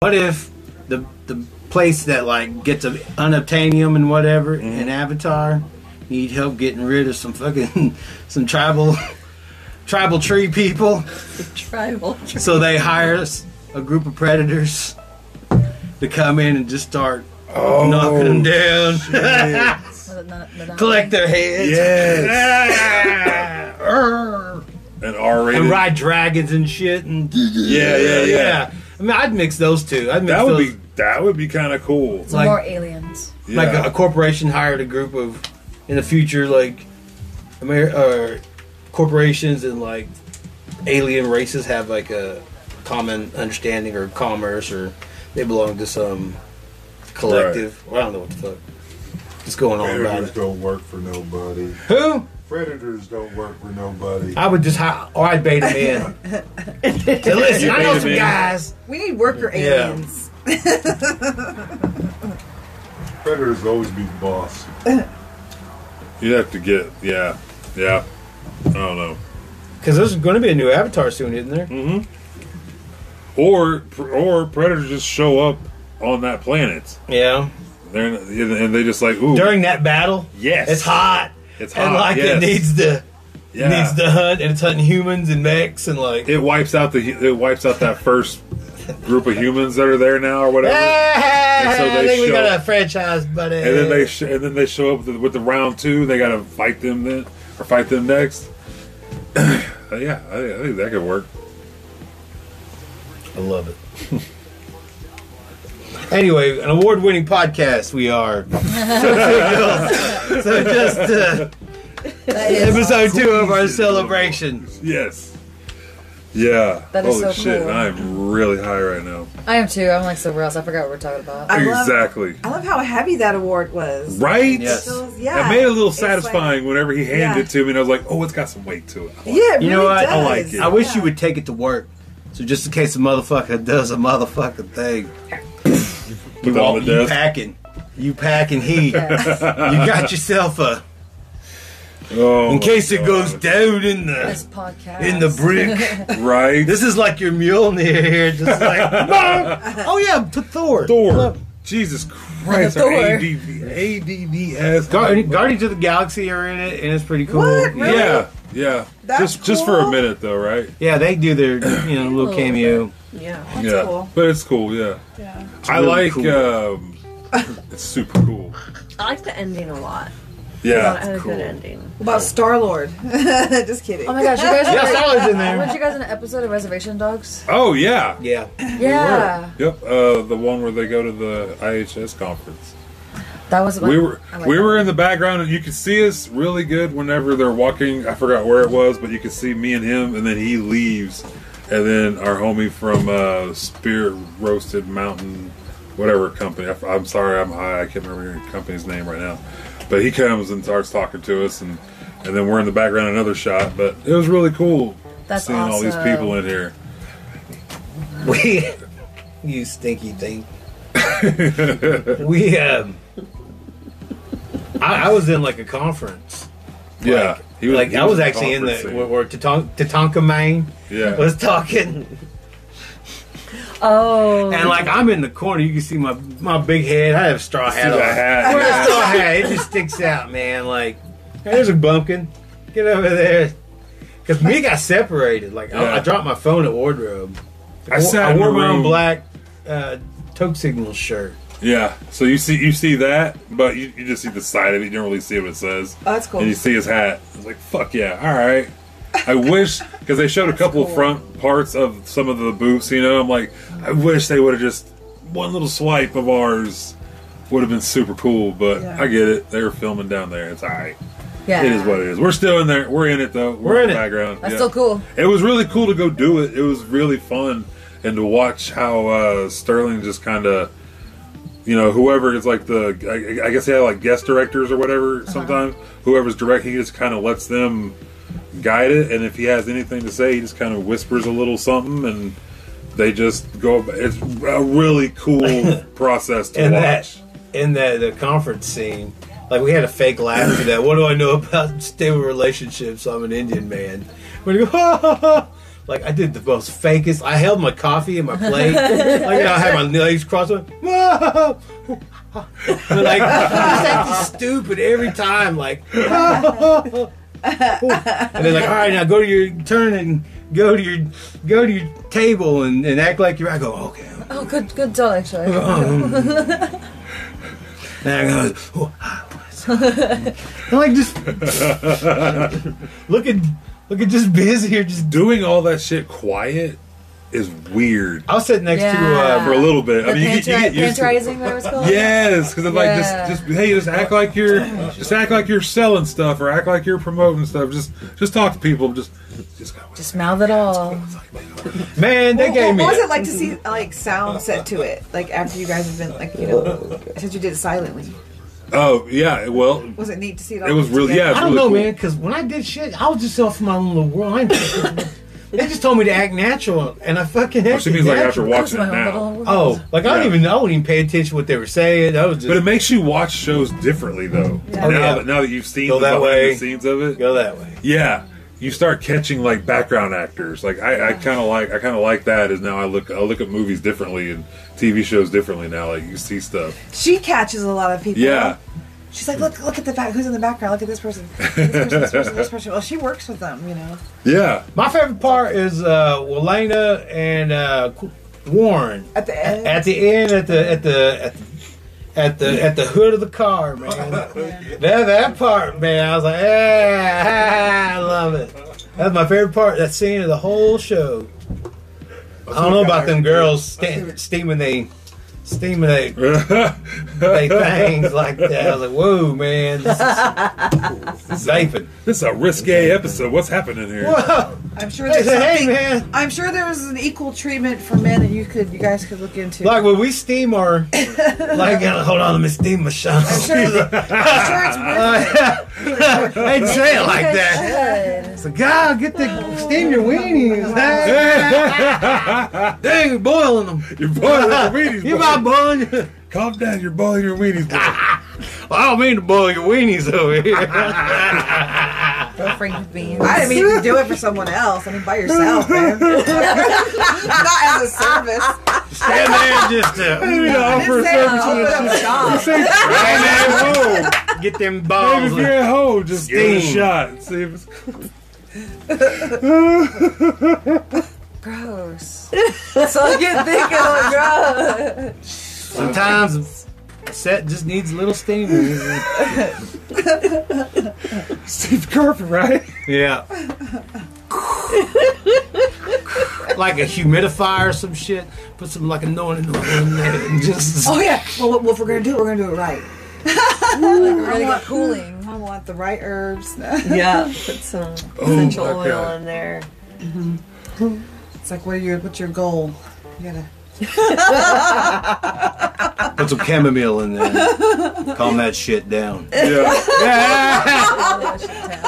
S1: What if the the place that like gets of unobtainium and whatever in Avatar need help getting rid of some fucking some tribal tribal tree people?
S5: Tribal.
S1: So they hire s- a group of predators to come in and just start knocking
S2: Oh,
S1: them down, collect their heads,
S2: Yes. An R-rated.
S1: and ride dragons and shit. And
S2: Yeah, yeah, yeah.
S1: I mean, I'd mix those two. I'd mix
S2: That would
S1: those-
S2: be that would be kind of cool.
S1: like-
S3: more aliens.
S2: Yeah.
S1: like a, a corporation hired a group of in the future like Amer- uh, corporations and like alien races have like a common understanding or commerce or they belong to some collective well, i don't know what the fuck just going on about
S7: Predators
S1: it
S7: don't work for nobody.
S1: who
S7: Predators don't work for nobody.
S1: i would just hire or i'd bait them in Say, listen
S2: You
S1: i
S2: bait
S1: know
S2: 'em
S1: some
S2: in.
S1: guys
S6: We need worker
S1: Yeah.
S6: aliens.
S7: Predators will always be the boss.
S2: You'd have to get yeah yeah. I don't know.
S1: because there's going to be a new avatar soon isn't there
S2: Mm. Or or predators just show up on that planet.
S1: yeah
S2: They're and they just like ooh
S1: during that battle
S2: yes
S1: it's hot
S2: It's hot.
S1: and like
S2: yes.
S1: it needs to
S2: Yeah.
S1: needs to hunt and it's hunting humans and mechs and like
S2: it wipes out the it wipes out that first group of humans that are there now or whatever.
S1: "Ah,
S2: so
S1: I
S2: they
S1: think we
S2: show-
S1: got a franchise, buddy.
S2: And then they sh- and then they show up with, with the round two. And they got to fight them then or fight them next. Uh, yeah, I, I think that could work.
S1: I love it. anyway, an award-winning podcast we are. so just uh,
S3: That is
S1: episode two of our celebration.
S2: Yes. Yeah.
S3: That is
S2: Holy
S3: so
S2: shit!
S3: cool.
S2: I am really high right now.
S3: I am too. I'm like so real. I forgot what we're talking about.
S6: I love-
S2: exactly.
S6: I love how heavy that award was.
S2: right.
S1: Yes.
S6: So,
S2: It
S6: yeah.
S2: made it a little
S6: It's like-
S2: satisfying whenever he handed
S6: Yeah.
S2: it to me, and I was like, "Oh, it's got some weight to it."
S6: yeah, it
S1: You
S6: really
S1: know what?
S6: Does.
S1: I
S2: like it.
S1: I wish you would take it to work. So just in case a motherfucker does a motherfucking thing,
S2: Put that
S1: Walt,
S2: on the
S1: you
S2: desk.
S1: packing, you packing heat.
S3: Yes.
S1: You got yourself a.
S2: Oh,
S1: In
S2: my
S1: case it
S2: God.
S1: goes down in the
S3: this podcast
S1: in the brick.
S2: right.
S1: This is like your Mjolnir here, just like oh yeah, to Thor.
S2: Thor. Jesus Christ, our
S3: Thor.
S2: ADD, ADDS.
S1: Guar- Guardians of the Galaxy are in it, and it's pretty cool.
S6: What? Really?
S2: Yeah, yeah.
S6: That's
S2: just just for a
S6: cool.
S2: minute though, right?
S1: Yeah, they do their you know little cameo.
S6: Yeah, that's
S2: yeah.
S6: cool.
S2: But it's cool, yeah.
S6: Yeah.
S2: I
S1: really
S2: like
S1: cool.
S2: um it's super cool.
S5: I like the ending a lot. I
S2: Yeah.
S5: had a good ending.
S6: What
S1: Oh.
S6: about Star Lord? Just kidding.
S3: Oh my gosh, you guys!
S1: Yeah,
S3: were-
S1: Sally's in there.
S3: Weren't you guys in an episode of Reservation Dogs?
S2: Oh yeah.
S1: Yeah,
S3: Yeah,
S2: Yep, uh, the one where they go to the IHS conference.
S3: that was. Oh
S2: We were
S3: I like
S2: we
S3: that.
S2: were in the background, and you could see us really good whenever they're walking. I forgot where it was, but you could see me and him, and then he leaves, and then our homie from uh, Spirit Roasted Mountain, whatever company. I, am sorry, I'm high. I can't remember your company's name right now, but he comes and starts talking to us, and and then we're in the background another shot. But it was really cool
S3: That's
S2: seeing all these
S3: awesome.
S2: people in here.
S1: we you stinky thing. we um, I, I was in like a conference.
S2: yeah, he
S1: Like
S2: he
S1: I was
S2: at the
S1: actually in the
S2: conference scene.
S1: where, where Taton- Tatanka Main
S2: yeah.
S1: was talking.
S5: Oh,
S1: And like I'm in the corner, you can see my my big head. I have a straw
S2: See
S1: hat
S2: that
S1: on.
S2: hat?
S1: I have a straw hat. It just sticks out, man. Like "Hey, there's a bumpkin. Get over there. Cause me got separated. Like I, I
S2: Yeah.
S1: dropped my phone at wardrobe.
S2: I sat in
S1: wore
S2: a
S1: my own
S2: room.
S1: black uh, toke signal shirt.
S2: Yeah. So you see you see that, but you, you just see the side of it. You don't really see what it says.
S6: Oh, that's cool.
S2: And you see his hat. It's like fuck yeah. All right. I wish because they showed a couple front parts of some of the booths. You know, I'm like, I wish they would have just one little swipe of ours would have been super cool. But
S6: Yeah.
S2: I get it. They were filming down there. It's all right.
S3: Yeah,
S2: It is what it is. We're still in there. We're in it though. We're,
S1: We're in
S2: in the
S1: it.
S2: background.
S3: That's
S2: Yeah.
S3: so cool.
S2: It was really cool to go do it. It was really fun and to watch how uh, Sterling just kind of you know, whoever is like the, I, I guess they have like guest directors or whatever. Sometimes whoever's directing, he just kind of lets them guide it. And if he has anything to say, he just kind of whispers a little something, and they just go. It's a really cool process to
S1: in
S2: watch.
S1: that in that the conference scene. Like we had a fake laugh for that. What do I know about stable relationships? I'm an Indian man. We go, ha, ha, ha. like I did the most fakest. I held my coffee in my plate. like I had my legs crossed. Like, "Whoa." like just acting stupid every time. Like, and they're like, all right, now go to your turn and go to your go to your table and, and act like you're. I go, okay.
S3: Oh, good, good done actually.
S1: And I goes, oh, ah, bless." I'm like just look at look at just biz here. Just
S2: Doing all that shit quiet is weird
S1: I was sitting next to
S3: Yeah.
S1: uh,
S2: for a little bit. I mean, you, get- you get used to it.
S3: Panterizing, whatever it's called.
S2: Yes, because like
S3: Yeah.
S2: just just hey, just act like you're just act like you're selling stuff or act like you're promoting stuff. Just just talk to people. Just just go.
S3: Just mouth it all.
S1: man. They
S6: What,
S1: gave
S6: what,
S1: me
S6: was
S1: it.
S6: it like to see like sound set to it? Like after you guys have been like you
S1: Oh
S6: know since you did it silently,
S2: Oh yeah, well
S6: was it neat to see it? All
S2: it was
S6: put
S2: real.
S6: together?
S2: Yeah,
S1: I don't know, man, because when I did shit, I was just off in my own little world. I ain't- they just told me to act natural, and I fucking
S2: Well,
S1: acted
S2: she Oh, means like after
S1: natural.
S2: watching
S3: My
S2: it
S3: own
S2: now,
S3: little-
S1: Oh, like I
S2: Yeah.
S1: don't even. I wouldn't even pay attention to what they were saying. I was just
S2: but it makes you watch shows differently though.
S1: Oh,
S2: Now
S1: yeah.
S2: that now that you've seen
S1: Go
S2: the
S1: that
S2: behind
S1: way.
S2: the scenes of it,
S1: go that way.
S2: yeah, you start catching like background actors. Like I, I kind of like I kind of like that. Is now I look I look at movies differently and TV shows differently now. Like you see stuff.
S6: She catches a lot of people.
S2: Yeah.
S6: She's like, look, look at the back. Who's in the background? Look at this person. Look at This person, this person, this person. Well, she works with them, you know.
S2: Yeah.
S1: My favorite part is uh, Welena and uh, Qu- Warren.
S6: At the end,
S1: at the end at the at the at the at the, at the hood of the car, man. that that part, man. I was like, yeah, I love it. That's my favorite part. That scene of the whole show. I don't know about them girls sta- steaming they steaming they, they things like that. I was like, whoa, man, this is vaping.
S2: This is a risque episode. What's happening here?
S1: Whoa,
S6: I'm sure
S1: they
S6: there's
S1: said, hey,
S6: something.
S1: man.
S6: I'm sure there was an equal treatment for men that you could, you guys could look into.
S1: Like when we steam our, like uh, hold on, let me steam my shot.
S6: I'm sure, I'm sure it's worth
S1: They'd Uh, say it like that.
S3: Good.
S1: So, God, get the steam your weenies. hey. Dang, you're boiling them.
S2: You're boiling your weenies.
S1: You
S2: boy.
S1: about boiling? your-
S2: Calm down. You're boiling your weenies. boy.
S1: Well, I don't mean to boil your weenies over here.
S3: Go Frank beans.
S6: I didn't mean to do it for someone else. I mean, by yourself, man. Not as a service.
S1: Stand there and just uh,
S2: Maybe to offer a
S6: Say,
S2: service to
S6: open
S2: the
S6: up shop.
S1: stand there, whoa, get them
S2: Maybe
S1: balls.
S2: if you're at home, just give it a
S1: Steam.
S2: shot. and See if it's.
S3: Gross. That's all I can think of. Gross.
S1: Sometimes a set just needs a little steam.
S2: Steve Carver, right?
S1: yeah. like a humidifier or some shit. Put some like a no in there and just
S6: Oh yeah. Well, well, if we're gonna do it, we're gonna do it right.
S3: Really good cooling.
S6: I want the right herbs.
S5: Yeah, put some essential
S2: okay.
S5: oil in there.
S6: It's like, what are your, what's your goal? You gotta.
S1: put some chamomile in there. Calm that shit down.
S2: Yeah.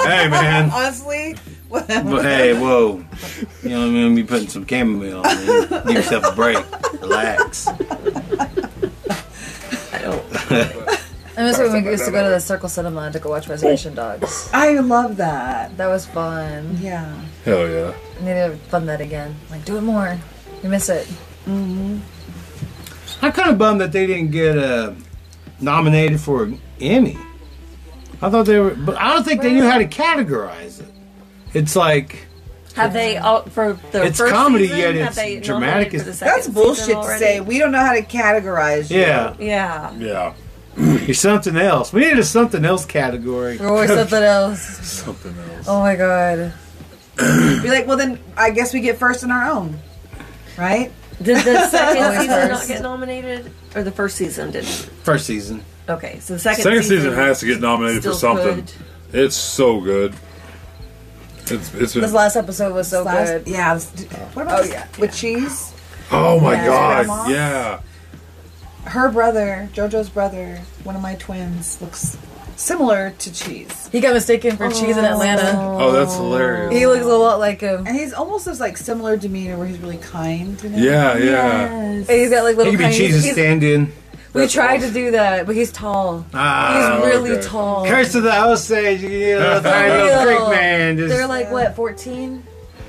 S1: Hey man.
S6: Honestly,
S1: But hey, whoa. You know what I mean? Be putting some chamomile on it. Give yourself a break. Relax.
S3: I'm just going to go to the Circle Cinema to go watch Reservation Dogs.
S6: I love that.
S3: That was fun.
S6: Yeah.
S2: Hell yeah.
S3: I need to fund that again. Like, do it more. We miss it.
S1: I'm kind of bummed that they didn't get uh, nominated for an Emmy. I thought they were, but I don't think they knew how to categorize it. It's like,
S5: Have they all for the
S1: It's
S5: first
S1: comedy,
S5: season,
S1: yet
S5: have
S1: it's
S5: they
S1: dramatic
S5: nominated
S1: as-
S5: for the second
S6: That's
S5: season
S6: bullshit to
S5: already?
S6: say. We don't know how to categorize you.
S1: yeah,
S5: Yeah,
S2: Yeah.
S1: you're something else. We need a something else category.
S3: We're always something else.
S2: Something else.
S3: Oh my god.
S6: Be like, well, then I guess we get first in our own, right?
S5: did the second
S3: Always
S5: season not
S3: first.
S5: get nominated, or the first season didn't?
S1: First season.
S5: Okay, so the second
S2: Second season has to get nominated for
S5: still
S2: something.
S5: could.
S2: It's so good. It's it's been,
S3: This last episode was so
S6: Last-
S3: good.
S6: Yeah. let's do- What about
S3: Oh,
S6: this-
S3: yeah.
S6: with cheese?
S2: oh my
S3: Yeah.
S2: god
S6: Grandma?
S2: yeah
S6: her brother, JoJo's brother, one of my twins, looks similar to Cheese,
S3: He got mistaken for cheese in Atlanta.
S2: Oh, that's hilarious.
S3: He looks a lot like him.
S6: and he's almost this like similar demeanor where he's really kind. You know?
S2: Yeah, yeah.
S3: And he's got like
S1: He
S3: little.
S1: could be
S3: tiny-
S1: cheese's
S3: he's-
S1: stand-in.
S3: we tried to do that, but he's tall.
S1: Ah,
S3: he's really
S2: okay.
S3: tall.
S1: curse of the Osage. You get a little tiny little
S3: Ew.
S1: creek man. Just,
S3: They're like what, fourteen?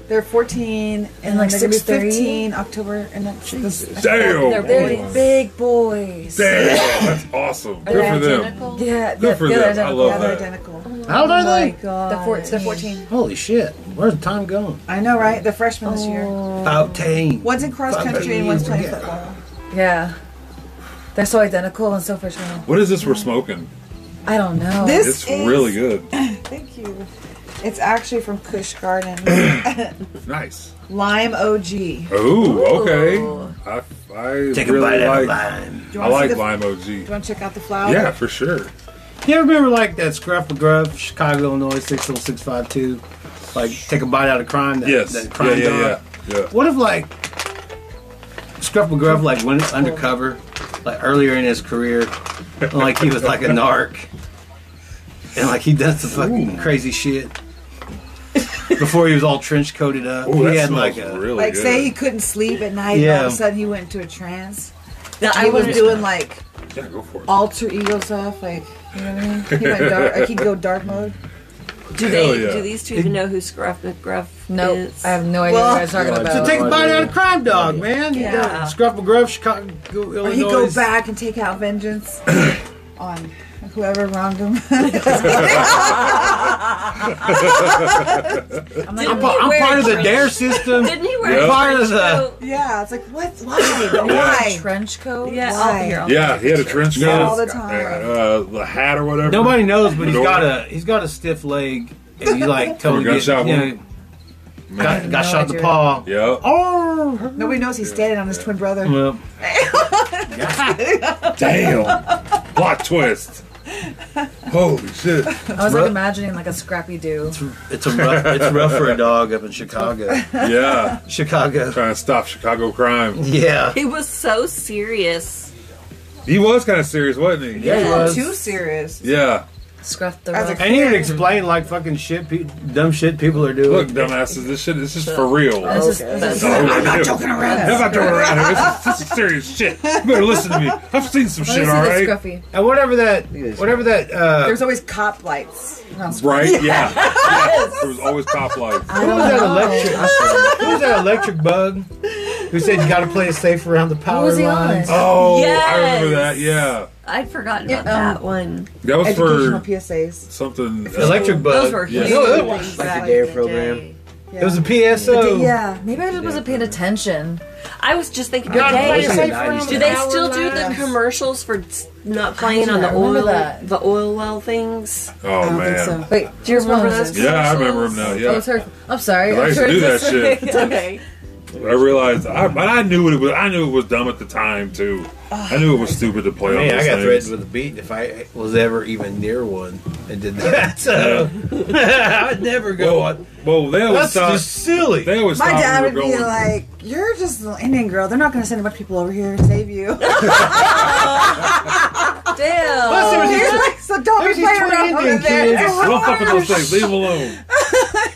S6: They're 14 and
S3: like,
S6: like
S3: they're gonna be
S6: 6,
S3: three?
S6: 15 October, and that's this,
S2: Damn.
S3: They're big, big boys.
S2: Damn. That's awesome.
S5: Are
S2: Good
S5: they
S2: for them.
S5: identical?
S3: Yeah,
S2: Good for
S3: yeah,
S2: them. I
S3: identical.
S2: love
S6: yeah, they're
S2: that.
S6: identical.
S1: how old are
S6: Oh
S1: they?
S3: God.
S6: The four, they're 14.
S1: Holy shit! Where's the time going?
S6: I know, right? They're freshmen this year.
S1: About ten.
S6: One's in cross country and one's playing football.
S3: Yeah. They're so identical and so fraternal.
S2: What is this we're smoking?
S3: I don't know.
S6: This
S2: It's
S6: is
S2: really good.
S6: Thank you. It's actually from Kush Garden.
S2: Nice.
S6: Lime OG. Do
S2: Oh, okay.
S3: Ooh.
S2: I, I
S1: Take a bite
S2: really
S1: out of
S2: like.
S1: lime.
S6: you
S2: I
S6: wanna see
S2: like
S6: the-
S2: lime
S6: You
S2: OG.
S6: want to check out the flower?
S2: Yeah, for sure.
S1: You ever remember like that Scruff McGruff, Chicago, Illinois six zero six five two? Like take a bite out of crime. That,
S2: Yes.
S1: That
S2: yeah,
S1: crime
S2: yeah,
S1: dog?
S2: yeah, yeah.
S1: What if like Scruff McGruff like went undercover like earlier in his career, and, like he was like a narc, and like he does the fucking crazy shit before he was all trench coated up.
S2: Oh, that
S1: he had
S2: smells
S1: like a
S2: really
S6: Like,
S2: good.
S6: say he couldn't sleep at night, and all
S1: Yeah.
S6: of a sudden he went into a trance.
S5: That
S6: He
S5: I
S6: was
S5: would
S6: doing like
S2: yeah, go for it.
S6: alter ego stuff, like you know what I mean. He went dark. Like he'd go dark mode.
S5: do they
S2: Hell yeah.
S5: do these two even know who Scruff McGruff
S3: nope.
S5: is?
S3: I have no idea
S6: Well-
S3: what I'm talking
S4: Yeah,
S3: about.
S1: So take a bite out of crime dog, man. You
S6: Yeah.
S1: got Scruff McGruff, Chicago, Illinois.
S6: Or he'd go back and take out vengeance on whoever wronged him.
S3: I'm like,
S1: I'm, pa- I'm
S5: Wear
S1: part of the
S5: trench.
S1: dare system.
S5: Didn't he wear
S2: Yeah.
S5: a
S1: Part of
S5: trench
S1: the-
S5: coat?
S6: yeah, it's like what? Why?
S3: a
S6: Why?
S3: trench coat?
S5: Yeah,
S6: Why?
S5: I'll, here, I'll
S2: Yeah, he had a trench coat.
S6: All the time.
S2: Uh, the hat or whatever.
S1: Nobody knows, but he's
S2: Fedora.
S1: got a he's got a stiff leg, and he like totally
S2: Got
S1: get,
S2: shot
S1: you
S2: one.
S1: know, got, got
S3: No
S1: shot in the
S3: idea.
S1: paw.
S2: Yep.
S1: Oh,
S6: Nobody knows he's standing on his twin brother.
S1: well,
S2: Damn. Plot twist. Holy shit.
S3: I was like
S1: Right.
S3: imagining like a scrappy do.
S1: it's a rough it's rough for a dog up in Chicago.
S2: Yeah.
S1: Chicago,
S2: Trying to stop Chicago crime.
S1: yeah.
S5: He was so serious.
S2: He was kind of serious, wasn't he?
S1: Yeah, he was.
S6: Too serious.
S2: Yeah.
S3: Scruff the
S6: As a
S3: rug.
S1: And he would explain like fucking shit, pe- dumb shit people are doing.
S2: Look, dumbasses, this shit is just for real.
S3: That's just- that's-
S2: I'm not joking around. I'm not joking around. This is, this is serious shit. You better listen to me. I've seen some
S3: Let me
S2: shit,
S3: see
S2: all
S3: the
S2: right?
S3: scruffy.
S1: and whatever that,
S4: this.
S1: whatever that. Uh,
S6: There's always cop lights. around school.
S2: Right? Yeah. yeah. There was always cop life.
S1: who was that electric? who was that electric bug? Who said you got to play it safe around the power
S3: was he on?
S1: lines?
S2: Oh, I remember
S5: Yes.
S2: that. Yeah.
S5: I'd forgotten
S6: Yeah,
S5: about
S6: um,
S5: that one.
S2: That was
S6: Educational
S2: for
S6: PSAs.
S2: something. uh,
S1: Oh, Electric bug.
S5: Those were
S2: Yeah.
S5: huge.
S1: No, it
S5: things
S4: was like
S5: back
S4: the dare
S5: in
S4: program.
S5: day.
S1: It was a PSO.
S3: Yeah, maybe I just wasn't paying attention.
S5: I was just thinking,
S1: Gotta play it
S5: today,
S1: safe around the
S5: do they
S1: power
S5: still do the
S1: lines.
S5: commercials for s- not playing on
S3: I
S5: the
S3: remember
S5: oil
S3: that.
S5: the oil well things?
S2: Oh,
S6: I
S2: man.
S6: don't think so.
S3: Wait, do you remember
S5: remember
S3: those?
S5: those?
S2: Yeah, I remember him now. Yeah.
S3: Oh, it's her. I'm sorry.
S2: I
S3: I'm
S2: used to
S3: sorry.
S2: do that shit.
S5: okay.
S2: I realized, I, but I knew what it was. I knew it was dumb at the time too. I knew it was stupid to play on.
S1: Man, I
S2: those
S1: got
S2: things.
S1: threatened with a beat if I was ever even near one and did that. So uh, I'd never go
S2: Well,
S1: on.
S2: well, they always
S1: That's
S2: thought
S1: just silly.
S2: they always
S6: My
S2: thought
S6: dad
S2: we
S6: would
S2: were
S6: be
S2: going.
S6: like, "You're just an Indian girl. They're not going to send a bunch of people over here to save you."
S3: Damn.
S1: Plus, there was
S6: You're
S1: these,
S6: like, so don't
S1: There's
S6: be
S1: these
S6: playing
S1: twin
S6: around over
S1: Indian
S6: there.
S1: kids.
S2: don't fuck with those things. Leave them alone.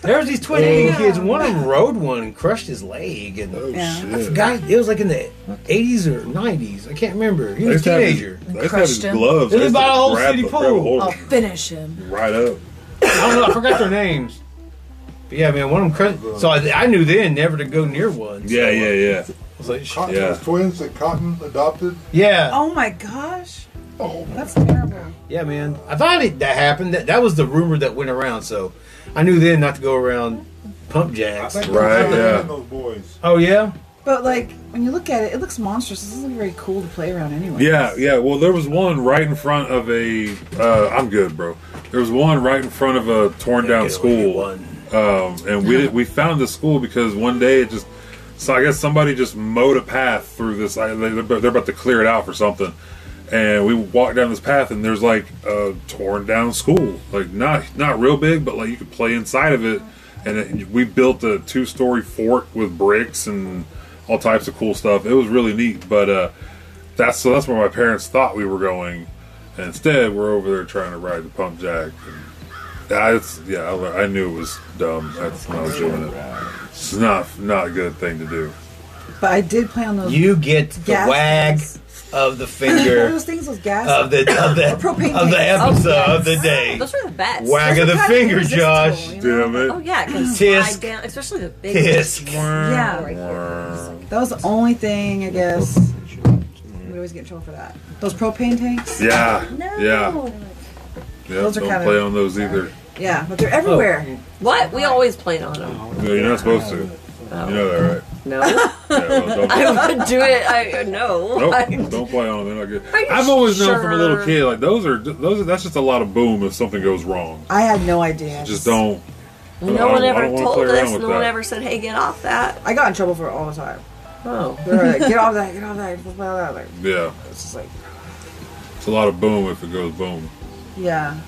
S1: there was these twin Indian kids. and One of them rode one and crushed his leg, and
S2: Oh
S6: Yeah.
S1: I
S2: shit!
S1: forgot it was like in the eighties or nineties. I can't remember. He
S2: They
S1: was
S2: used
S1: a
S2: to have his-
S1: teenager.
S2: They used to have
S3: Crushed
S2: his
S3: him.
S2: gloves.
S1: They
S2: used to
S1: bought a whole
S2: grab
S1: city
S2: the- grab a
S1: pool.
S2: hold
S3: I'll
S2: of
S3: finish him.
S2: him Right up.
S1: I don't know. I forgot their names. But yeah, man, one of them crushed. So I, I knew then never to go near one. So
S2: Yeah, yeah, yeah.
S1: I was like, shit.
S7: Cotton
S2: Yeah.
S7: was twins that Cotton adopted.
S1: yeah,
S6: Oh my gosh, that's terrible.
S1: yeah, man. I thought it that happened. That that was the rumor that went around. So I knew then not to go around pump
S7: I
S1: jacks.
S7: think they
S2: Right,
S7: were
S2: yeah.
S7: in Those boys.
S1: Oh yeah.
S6: But like, when you look at it, it looks monstrous. This isn't very cool to play around anyway.
S2: Yeah, yeah. Well, there was one right in front of a. Uh, I'm good, bro. There was one right in front of a torn down
S1: Get away,
S2: school.
S1: one.
S2: um, and we did, we found the school because one day it just so I guess somebody just mowed a path through this. I, they- they're about they're about to clear it out for something, and we walked down this path and there's like a torn down school, like not not real big, but like you could play inside of it. And it, we built a two story fort with bricks and all types of cool stuff. It was really neat, but uh, That's so. That's where my parents thought we were going, and instead we're over there trying to ride the pump jack. And I, it's, yeah, I, le- I knew it was dumb. That's when I was doing it. It's not not a good thing to do.
S6: But I did play on those.
S1: You get the
S6: Gas
S1: wag
S6: things.
S1: of the
S6: One of
S1: finger
S6: those things was gas.
S2: Uh,
S1: of the of the,
S6: propane
S1: of the
S6: tanks.
S1: episode
S5: Oh,
S1: of the
S5: yes.
S1: day.
S5: Those were the best.
S1: Wag
S6: Those
S1: of
S6: are
S1: the
S6: kind of
S1: finger,
S6: irresistible,
S1: Josh.
S6: you know?
S2: Damn it!
S5: Oh yeah, because
S1: Tisk.
S5: slide down, especially the big
S1: Yes.
S5: Yeah.
S6: That was the only thing I guess. We always get in trouble for that. Those propane tanks.
S2: Yeah,
S5: ones. No.
S2: yeah, yeah.
S6: Those are
S2: don't
S6: kinda-
S2: play on those either.
S6: Yeah, but they're everywhere.
S2: Oh.
S5: What? We always played on them.
S2: No, you're not supposed to. You know that, right?
S5: Oh. No.
S2: Yeah, well, don't-
S5: I would do it. I uh, no. I,
S2: Nope, don't play on them. They're not good.
S5: Are you
S2: I've always known from a little
S5: sure?
S2: kid like those are those. Are, that's just a lot of boom if something goes wrong.
S6: I had no idea.
S2: Just don't. I
S5: no
S2: don't-
S5: one
S2: I don't
S5: ever
S2: wanna
S5: told
S2: play around
S5: us.
S2: with
S5: No one
S2: that.
S5: ever said, "Hey, get off that."
S6: I got in trouble for it all the time.
S5: Oh.
S6: They were like, get off that, get off that, blah, blah, blah, blah.
S2: Yeah,
S6: It's just like,
S2: it's a lot of boom if it goes boom.
S6: yeah.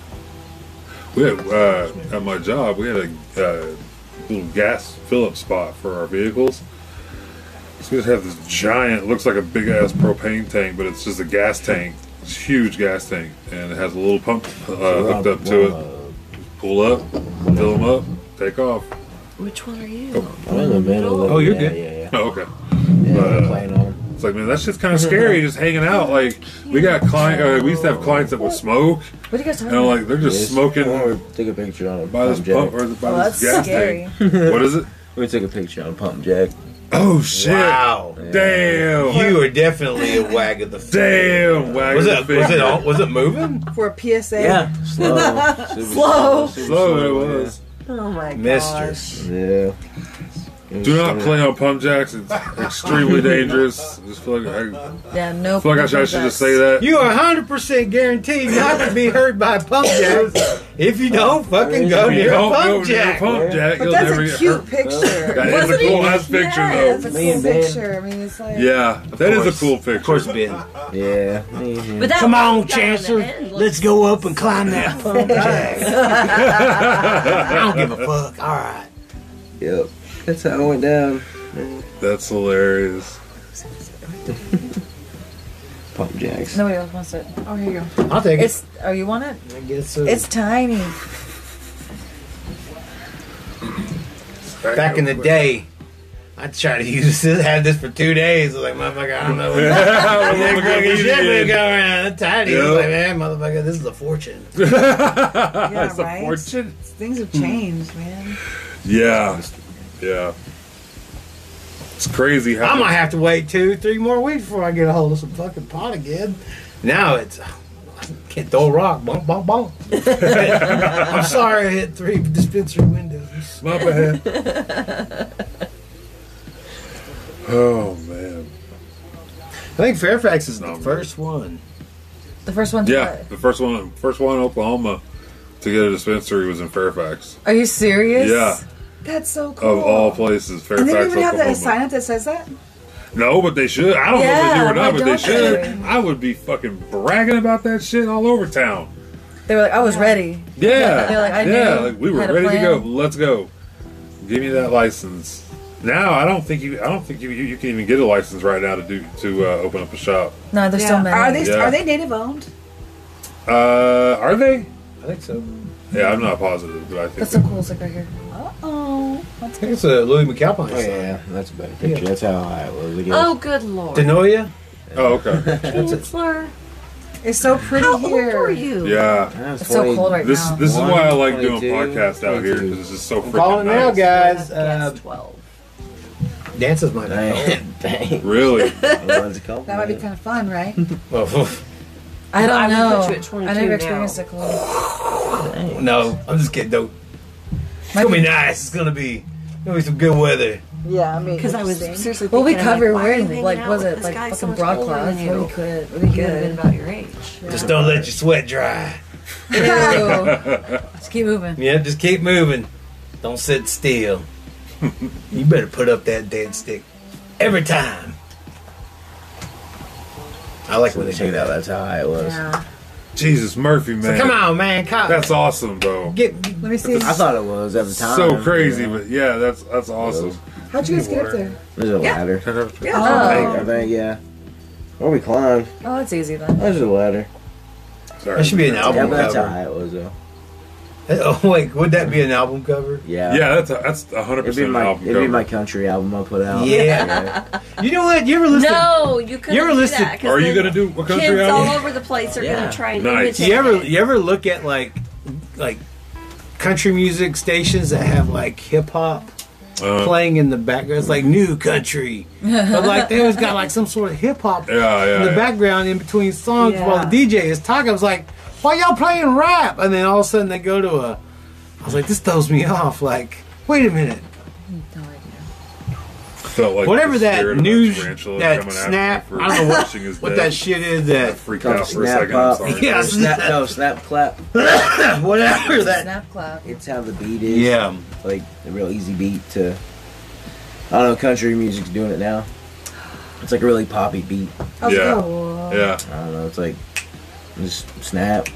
S2: We had uh, at my job we had a uh, little gas fill up spot for our vehicles. So we just have this giant, looks like a big ass propane tank, but it's just a gas tank. It's a huge gas tank, and it has a little pump uh, hooked up to it. Pull up, fill them up, take off.
S5: Which one are you?
S4: I'm in the middle of
S1: Oh, you're
S4: yeah,
S1: good.
S4: Yeah, yeah.
S2: Oh, okay.
S4: yeah
S2: Uh,
S4: I'm playing on.
S2: It's like, man, that's just kind of scary, just hanging out. Like, we got client, uh, we used to have clients that would smoke,
S3: What are you guys talking
S2: and I'm
S3: about?
S2: like, they're just smoking
S4: Or take a picture on a
S2: by this
S4: pump jack.
S2: pump or by
S3: Well,
S2: this
S3: that's
S2: gas
S3: scary.
S2: tank. What is it?
S4: We took a picture on a pump jack.
S2: Oh shit!
S1: Wow.
S2: Damn!
S1: You are definitely a wag of the finger.
S2: Damn! Wag
S1: Was
S2: the
S1: it was
S2: finger.
S1: it all, was it moving?
S6: For a PSA.
S4: Yeah, slow, Super
S3: Slow.
S4: super
S2: Slow it was.
S5: Oh my
S1: Mister.
S5: gosh.
S4: Yeah. yeah.
S2: Do not play on pump jacks. It's extremely dangerous. I just feel like I,
S3: Yeah, no.
S2: feel like I should, I should just say that.
S1: You are 100% guaranteed not to be hurt by pump jacks if you don't fucking go
S2: If you
S1: near a
S2: don't go
S1: pump
S2: near a
S1: jack.
S2: pump jack,
S6: But
S2: you'll
S6: that's
S2: never
S6: a
S2: get
S6: cute
S2: hurt.
S6: picture.
S2: That is
S5: Wasn't
S2: a
S5: it?
S2: cool ass picture
S3: Yeah,
S2: though.
S3: that's
S4: Me
S3: a
S4: and
S3: cool
S4: Ben.
S3: picture. I mean, it's like.
S2: Yeah, that is
S1: course.
S2: a cool picture.
S1: Of course, Ben.
S4: Yeah.
S5: But that
S1: Come on,
S5: one guy the
S1: Chancellor.
S5: end looked
S1: Let's go up and climb that pump jack. I don't give a fuck. All right.
S4: Yep. That's how it went down.
S2: That's hilarious.
S4: Pump jacks.
S3: Nobody else wants it.
S6: Oh, here you go.
S1: I'll take it.
S3: It's. Oh, you want it?
S1: I guess so.
S3: It's tiny.
S1: Back in the day, I tried to use this, have this for two days. I was like, motherfucker, I don't know. What
S2: I'm
S1: That
S2: gonna go
S1: fucking
S2: eat
S1: shit
S2: it
S1: been
S2: again.
S1: going around. It's tiny. I was
S2: Yep.
S1: like, man, motherfucker, this is a fortune.
S2: That's a
S6: right?
S2: fortune. Hmm.
S6: Things have changed, man.
S2: Yeah, yeah. It's crazy how
S1: I might have to wait two, three more weeks before I get a hold of some fucking pot again. Now it's can't throw a rock, bonk, bonk, bonk. I'm sorry, I hit three dispensary windows.
S2: My bad. oh man.
S1: I think Fairfax is the
S2: No.
S1: first one.
S3: The first one.
S2: Yeah, the first one, first one in Oklahoma to get a dispensary was in Fairfax.
S3: Are you serious?
S2: Yeah,
S6: That's so cool.
S3: Oh.
S2: of all places,
S6: and they don't
S2: Fairfax,
S6: even have that sign
S2: Oklahoma.
S6: up that says that?
S2: No, but they should. I don't know if they do
S3: Yeah,
S2: or not,
S3: why
S2: but they
S3: don't
S2: should.
S3: they?
S2: I would be fucking bragging about that shit all over town.
S3: They were like, I was ready.
S2: Yeah,
S3: They're like, I
S2: yeah,
S3: knew,
S2: like we were
S3: had a
S2: ready to go.
S3: plan.
S2: Let's go. Give me that license. Now I don't think you. I don't think you. You, you can even get a license right now to do to uh, open up a shop.
S3: No, there's so many.
S6: Are they
S2: Yeah.
S6: are they native owned?
S2: Uh, are they?
S1: I think so.
S2: Yeah, I'm not positive, but I think
S3: That's so cool. It's like right here.
S6: Oh,
S1: I think it's a Louis McAlpine
S4: Oh, yeah, that's a better picture. That's how high it was. Look at
S5: Oh, good lord.
S1: Denoya?
S2: Oh, okay.
S5: Chancellor,
S6: it's so pretty
S5: how old
S6: here.
S5: were you?
S2: Yeah.
S4: That's
S3: It's so cold right
S2: This
S3: now.
S2: this is why I like doing
S4: 22,
S2: podcasts out here
S4: 22.
S2: because it's just so freaking
S1: Calling now,
S2: nice.
S1: guys.
S5: Yes,
S1: Uh,
S5: twelve.
S1: dance is my name.
S4: Dang. Dang.
S2: Really?
S4: Everyone's cold.
S6: That might be kind of fun, right?
S1: Oh,
S3: I don't
S5: I would
S3: know.
S5: put you at 22
S3: I never
S5: now.
S3: experienced a cold.
S1: no, I'm just kidding. Don't. It's gonna be nice. It's gonna be, gonna be some good weather.
S6: yeah, I mean,
S5: Because I was seriously.
S3: Well, we
S5: thinking, I'm
S3: covered
S5: like, why are you
S3: wearing
S5: hanging
S3: like
S5: out
S3: was
S5: with
S3: it
S5: this
S3: like
S5: guy so
S3: fucking
S5: much older
S3: broadcloth? What
S5: than you?
S3: we could, what we
S5: You would have been
S3: could.
S5: about your age.
S1: Just don't let your sweat dry.
S3: Ew. Just keep moving.
S1: Yeah, just keep moving. Don't sit still. you better put up that dead stick every time. I like when they do
S4: Check it out.
S1: that.
S4: That's how high it was.
S3: Yeah.
S2: Jesus Murphy,
S1: So
S2: man.
S1: come on, man, cop.
S2: That's awesome, though.
S1: get
S6: Let me see.
S4: I thought it was at the time.
S2: So crazy,
S4: you know.
S2: but yeah, that's that's awesome.
S6: How'd you guys get up there?
S5: Oh.
S4: There's a ladder.
S2: Kind of-
S4: I think, I think, yeah. Well, we climbed.
S3: Oh, that's easy then.
S4: There's a ladder.
S2: Sorry.
S1: That should be an
S4: Yeah,
S1: album
S4: but that's how
S1: cover.
S4: high it was, though.
S1: Oh, wait, would that be an album cover?
S4: Yeah.
S2: Yeah, that's a, that's a hundred
S4: It'd be
S2: percent an
S4: my
S2: album
S4: it'd be
S2: cover.
S4: my country album I put out.
S1: Yeah. You know what? You ever listen?
S5: No, you couldn't
S1: You ever
S5: do
S1: listed-
S5: that, 'cause
S2: Are you
S5: then
S2: gonna do a country
S5: Kids
S2: album?
S5: all over the place are
S4: Yeah.
S5: gonna try and
S2: Nice.
S5: imitate
S1: You ever
S5: it.
S1: you ever look at like like country music stations that have like hip hop
S2: Uh,
S1: playing in the background? It's like new country, but like they always got like some sort of hip hop
S2: yeah, yeah.
S1: in the
S2: yeah.
S1: background in between songs
S5: Yeah.
S1: while the DJ is talking. I was like, why y'all playing rap? And then all of a sudden they go to a. I was like, this throws me off. Like, wait a minute.
S3: No idea.
S2: Felt like
S1: Whatever
S2: the
S1: that
S2: spirit of
S1: news-
S2: tarantula
S1: that
S2: coming after
S1: snap-
S2: me for
S1: I don't know what-
S2: crushing his
S1: What
S2: death.
S1: that shit is that.
S2: freaked
S4: Come
S2: out for a
S4: snap
S2: second.
S4: up.
S2: I'm sorry.
S1: Yeah.
S4: Or snap, no, snap clap.
S1: Whatever that.
S3: Snap clap.
S4: It's how the beat is.
S1: Yeah.
S4: Like a real easy beat to. I don't know. Country music's doing it now. It's like a really poppy beat.
S6: How's
S2: Yeah.
S6: it go?
S3: Cool.
S2: Yeah.
S4: I don't know. It's like just snap.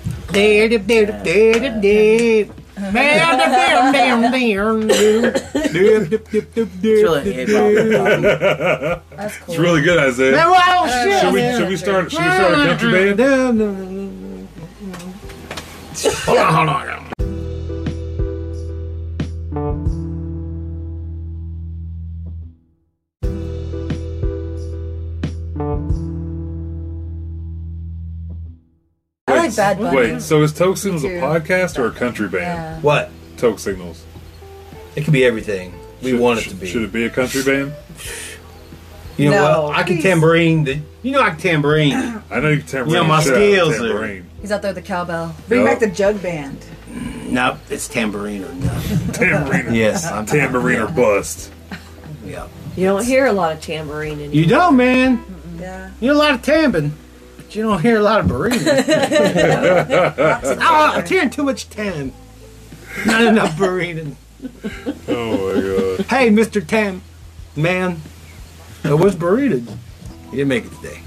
S4: It's really hip hop. poppy.
S3: That's cool.
S2: It's really good, Isaiah. Should we
S1: Should
S2: should we start should we start a country band?
S1: Hold on, hold on.
S3: I like Bad Bunny.
S2: Wait, so is Toke Signals a
S3: Too.
S2: podcast or a country band?
S3: Yeah.
S1: What?
S2: Toke Signals.
S1: It could be everything we
S2: Should-
S1: want it
S2: should-
S1: to be.
S2: Should it be a country band?
S1: You know
S6: No,
S1: what? I can
S6: please.
S1: tambourine. The, you know I can tambourine.
S2: I know you can tambourine.
S1: Yeah, my
S2: shit out of a
S1: skills are-
S2: tambourine.
S3: He's out there with the cowbell.
S6: Bring
S2: No.
S6: back the jug band.
S1: nope, it's tambourine or nothing.
S2: Tambourine.
S1: Yes, I'm
S2: Tambourine or bust.
S1: Yeah.
S5: You don't hear a lot of tambourine anymore.
S1: You don't, man.
S6: Yeah.
S1: You hear a lot of tambin, but you don't hear a lot of burritos. oh, I'm hearing too much tam. Not enough burrito.
S2: Oh my god.
S1: Hey, Mr. Tam, man, it was burrito. You didn't make it today.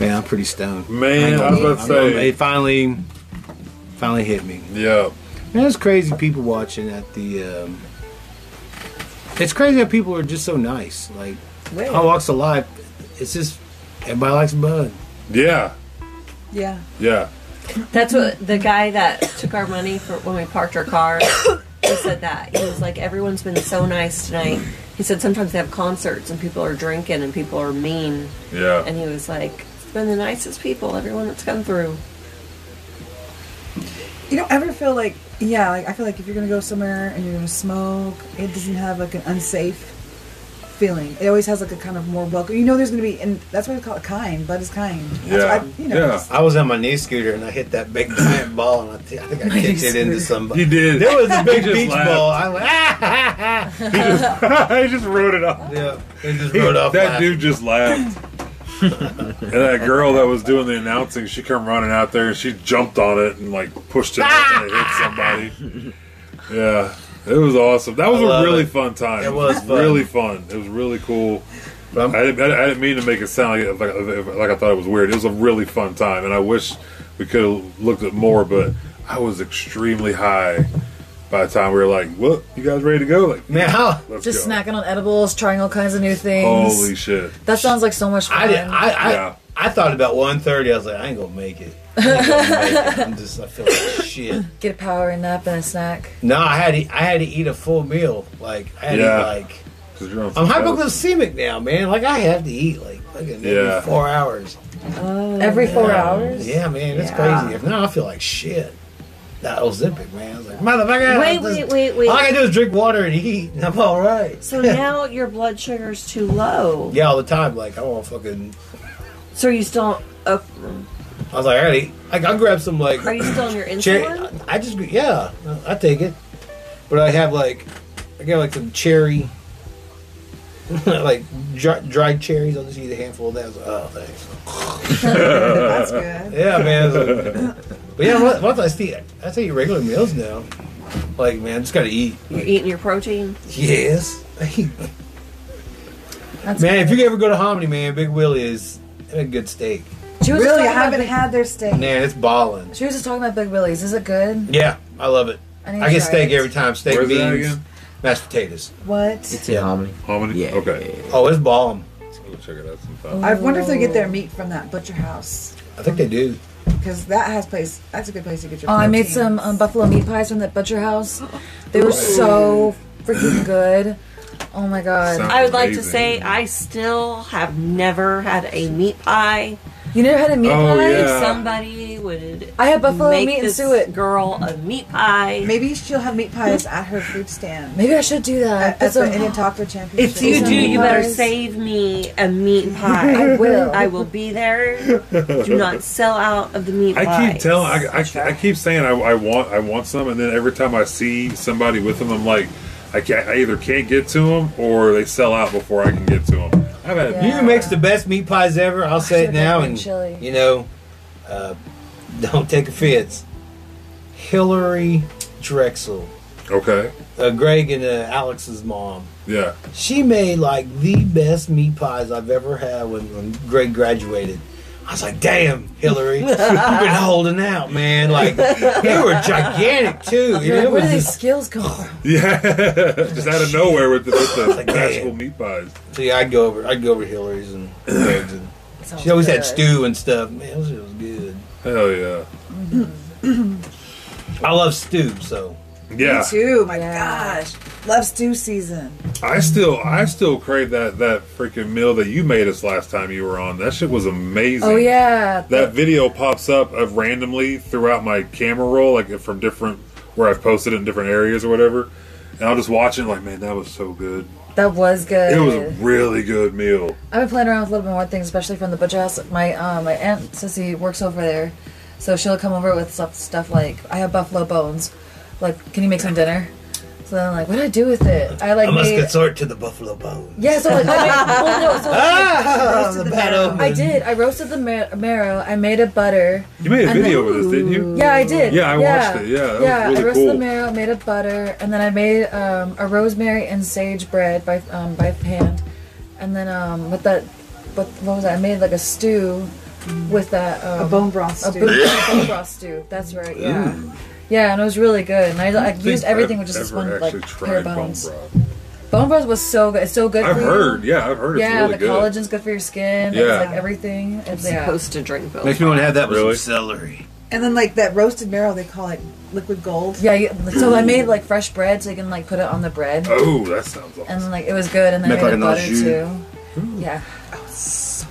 S1: Man, I'm pretty stoned.
S2: Man, I was about to
S1: It
S2: say.
S1: finally, finally hit me.
S2: Yeah.
S1: Man, it's crazy people watching at the. Um, it's crazy that people are just so nice. Like,
S3: Wait.
S1: all walks of life. It's just everybody likes Bud.
S2: Yeah.
S6: Yeah.
S2: Yeah.
S5: That's what the guy that took our money for when we parked our car. he said that he was like, everyone's been so nice tonight. He said sometimes they have concerts and people are drinking and people are mean,
S2: Yeah.
S5: and he was like, it's been the nicest people, everyone that's come through.
S6: You don't ever feel like, yeah, like I feel like if you're gonna go somewhere and you're gonna smoke, it doesn't have like an unsafe feeling. It always has like a kind of more welcome. You know, there's gonna be, and that's why we call it kind. Blood is kind. That's
S2: Yeah.
S6: why I, you know,
S2: Yeah.
S1: I was on my knee scooter and I hit that big giant ball and I, thi- I think I kicked it into somebody.
S2: You did.
S1: There was a big
S2: just
S1: beach
S2: laughed.
S1: ball. I went, ah, ha, ha, ha.
S2: I just wrote it off.
S1: Yeah, and just rode off.
S2: that
S1: laughing.
S2: dude just laughed. and that girl that was doing the announcing, she come running out there and she jumped on it and like pushed it out and it hit somebody. Yeah, it was awesome. That was
S1: I
S2: a
S1: love
S2: really
S1: it.
S2: fun time.
S1: It was fun.
S2: really fun. It was really cool. I
S1: But I'm-
S2: didn't, I didn't mean to make it sound like, like like I thought it was weird. It was a really fun time, and I wish we could have looked at more. But I was extremely high by the time we were like, "What? You guys ready to go?" Like,
S1: man, how,
S2: let's
S3: Just
S2: go.
S3: snacking on edibles, trying all kinds of new things.
S2: Holy shit!
S3: that sounds like so much fun.
S1: I did. I I,
S2: Yeah.
S1: I thought about 1.30. I was like, I ain't gonna make it. I ain't gonna make it. I'm just. I feel like shit.
S3: Get a power nap and a snack.
S1: No, I had to, I had to eat a full meal. Like I had
S2: Yeah.
S1: to like
S2: 'Cause you're on
S1: I'm
S2: some drugs.
S1: hypoglycemic now, man. Like I have to eat like fucking
S2: Yeah.
S1: every four hours.
S5: Mm.
S3: Every four
S1: Yeah.
S3: hours.
S1: Yeah, man, it's
S3: Yeah.
S1: crazy. If not, I feel like shit. That Ozempic, man. I was like, motherfucker.
S5: Wait,
S1: I
S5: wait,
S1: just-
S5: wait, wait.
S1: All I gotta do is drink water and eat, and I'm all right.
S5: So now your blood sugar's too low.
S1: Yeah, all the time. Like I want fucking.
S5: So are you still? Uh,
S1: I was like, I gotta eat. Like I'll grab some like.
S5: are you still on your
S1: Cherry,
S5: insulin?
S1: I just yeah, I take it, but I have like I got like some cherry, like dry, dried cherries. I'll just eat a handful of that. I was like, oh, thanks.
S6: that's good.
S1: Yeah, man. it's like- but yeah, once- once I see I take regular meals now. Like man, just gotta eat.
S5: You're eating your protein.
S1: Yes,
S3: That's
S1: man. If you ever go to Hominy, man, Big Willie is a good steak.
S3: She was just
S6: Really, I
S3: talking about
S6: haven't
S3: Big-
S6: had their steak.
S1: Man, it's balling.
S3: She was just talking about Big Willie's. Is it good?
S1: Yeah, I love it.
S3: I, need to
S1: I get
S3: try
S1: steak
S3: it.
S1: every time. Steak
S2: Where's that
S1: beans.
S2: again?
S1: mashed potatoes.
S6: What?
S4: It's in hominy.
S2: Hominy?
S4: Yeah.
S2: Okay.
S1: Oh, it's bomb.
S2: Let's go check it out sometime.
S6: I wonder if they get their meat from that butcher house
S1: I think they do.
S6: because that has place. That's a good place to get your.
S3: Oh, I made
S6: protein.
S3: some um, buffalo meat pies from that butcher house. They were so freaking good. Oh my god!
S2: Sounds
S5: I would like to
S2: amazing.
S5: say I still have never had a meat pie.
S3: You never had a meat
S2: Oh,
S3: pie?
S2: yeah.
S5: If somebody would
S3: I had buffalo
S5: make
S3: meat and
S5: this
S3: suet.
S5: girl a meat pie.
S6: Maybe she'll have meat pies at her food stand.
S3: Maybe I should do that.
S6: At,
S3: Put
S6: at the
S3: some-
S6: Indian Taco Championship.
S5: If you do, you better
S3: Pies.
S5: save me a meat pie.
S3: I will.
S5: I will be there. Do not sell out of the meat pie.
S2: I keep telling, I, I, I keep saying I, I want, I want some, and then every time I see somebody with them, I'm like, I can't, I either can't get to them or they sell out before I can get to them. I've had
S3: Yeah.
S1: Nina makes the best meat pies ever. I'll say it
S3: Should've
S1: now,
S3: had
S1: and
S3: chili.
S1: you know, uh, don't take offense. Hillary Drexel,
S2: okay,
S1: uh, Greg and uh, Alex's mom.
S2: yeah,
S1: She made like the best meat pies I've ever had when, when Greg graduated. I was like, damn, Hillary, you've been holding out, man. Like, they were gigantic, too. And
S3: You're
S1: it
S3: like,
S1: was
S3: where do these
S1: just,
S3: skills go? How
S2: yeah, just out of nowhere with the, with the
S1: Like,
S2: actual
S1: damn.
S2: meat pies.
S1: see, I'd go over, I'd go over to Hillary's and Greg's. And she always had stew and stuff. Man, it was, it was good.
S2: Hell yeah,
S1: I love stew, so.
S2: yeah.
S6: Me too. My
S3: Yeah.
S6: gosh, love stew season.
S2: I still, I still crave that that freaking meal that you made us last time you were on. That shit was amazing.
S3: Oh yeah.
S2: that video pops up of randomly throughout my camera roll, like from different where I've posted it in different areas or whatever. And I'll just watch it like, man, that was so good.
S3: That was good.
S2: It was a really good meal.
S3: I've been playing around with a little bit more things, especially from the butcher house. My uh, my aunt Sissy works over there, so she'll come over with stuff stuff like I have buffalo bones. Like, can you make some dinner? So then I'm like, what do I do with it? I like
S1: I must
S3: made-
S1: consort to the buffalo bone.
S3: yeah. So like, I made, well, no, so
S1: Ah,
S6: Roasted
S1: the
S6: the
S1: bad
S6: marrow.
S1: omen.
S3: I did. I roasted the mar- marrow. I made a butter.
S2: You made a
S3: And
S2: video
S3: then-
S2: with us, didn't you?
S3: Yeah, I did.
S2: Yeah, I watched it. Yeah, that was
S3: yeah.
S2: really
S3: I roasted
S2: cool.
S3: the marrow, made a butter, and then I made um, a rosemary and sage bread by um, by hand, and then um, with that, what, what was that? I made like a stew with that um,
S6: A bone broth
S3: a
S6: stew.
S3: bo- a bone broth stew. That's right. Yeah. Yeah, and it was really good. And I, I
S2: I
S3: used
S2: think
S3: everything
S2: I've
S3: with just this
S2: never
S3: one
S2: actually
S3: like pair of
S2: bone
S3: bones. Bone
S2: broth.
S3: broth. was so good. It's so good.
S2: I've
S3: for you.
S2: heard. Yeah, I've heard.
S3: Yeah,
S2: it's really
S3: the
S2: good.
S3: collagen's good for your skin.
S2: Yeah.
S3: It's like everything. It's
S5: I'm
S3: yeah.
S5: supposed to drink those.
S1: Makes me want to have that with
S2: Really?
S1: some celery.
S6: And then like that roasted marrow, they call it liquid gold.
S3: Yeah, you, so I made like fresh bread so you can like put it on the bread.
S2: Oh, that sounds awesome.
S3: and like it was good, and then
S1: Make
S3: I made
S1: like
S3: a
S1: an
S3: butter
S1: au
S3: too. Yeah,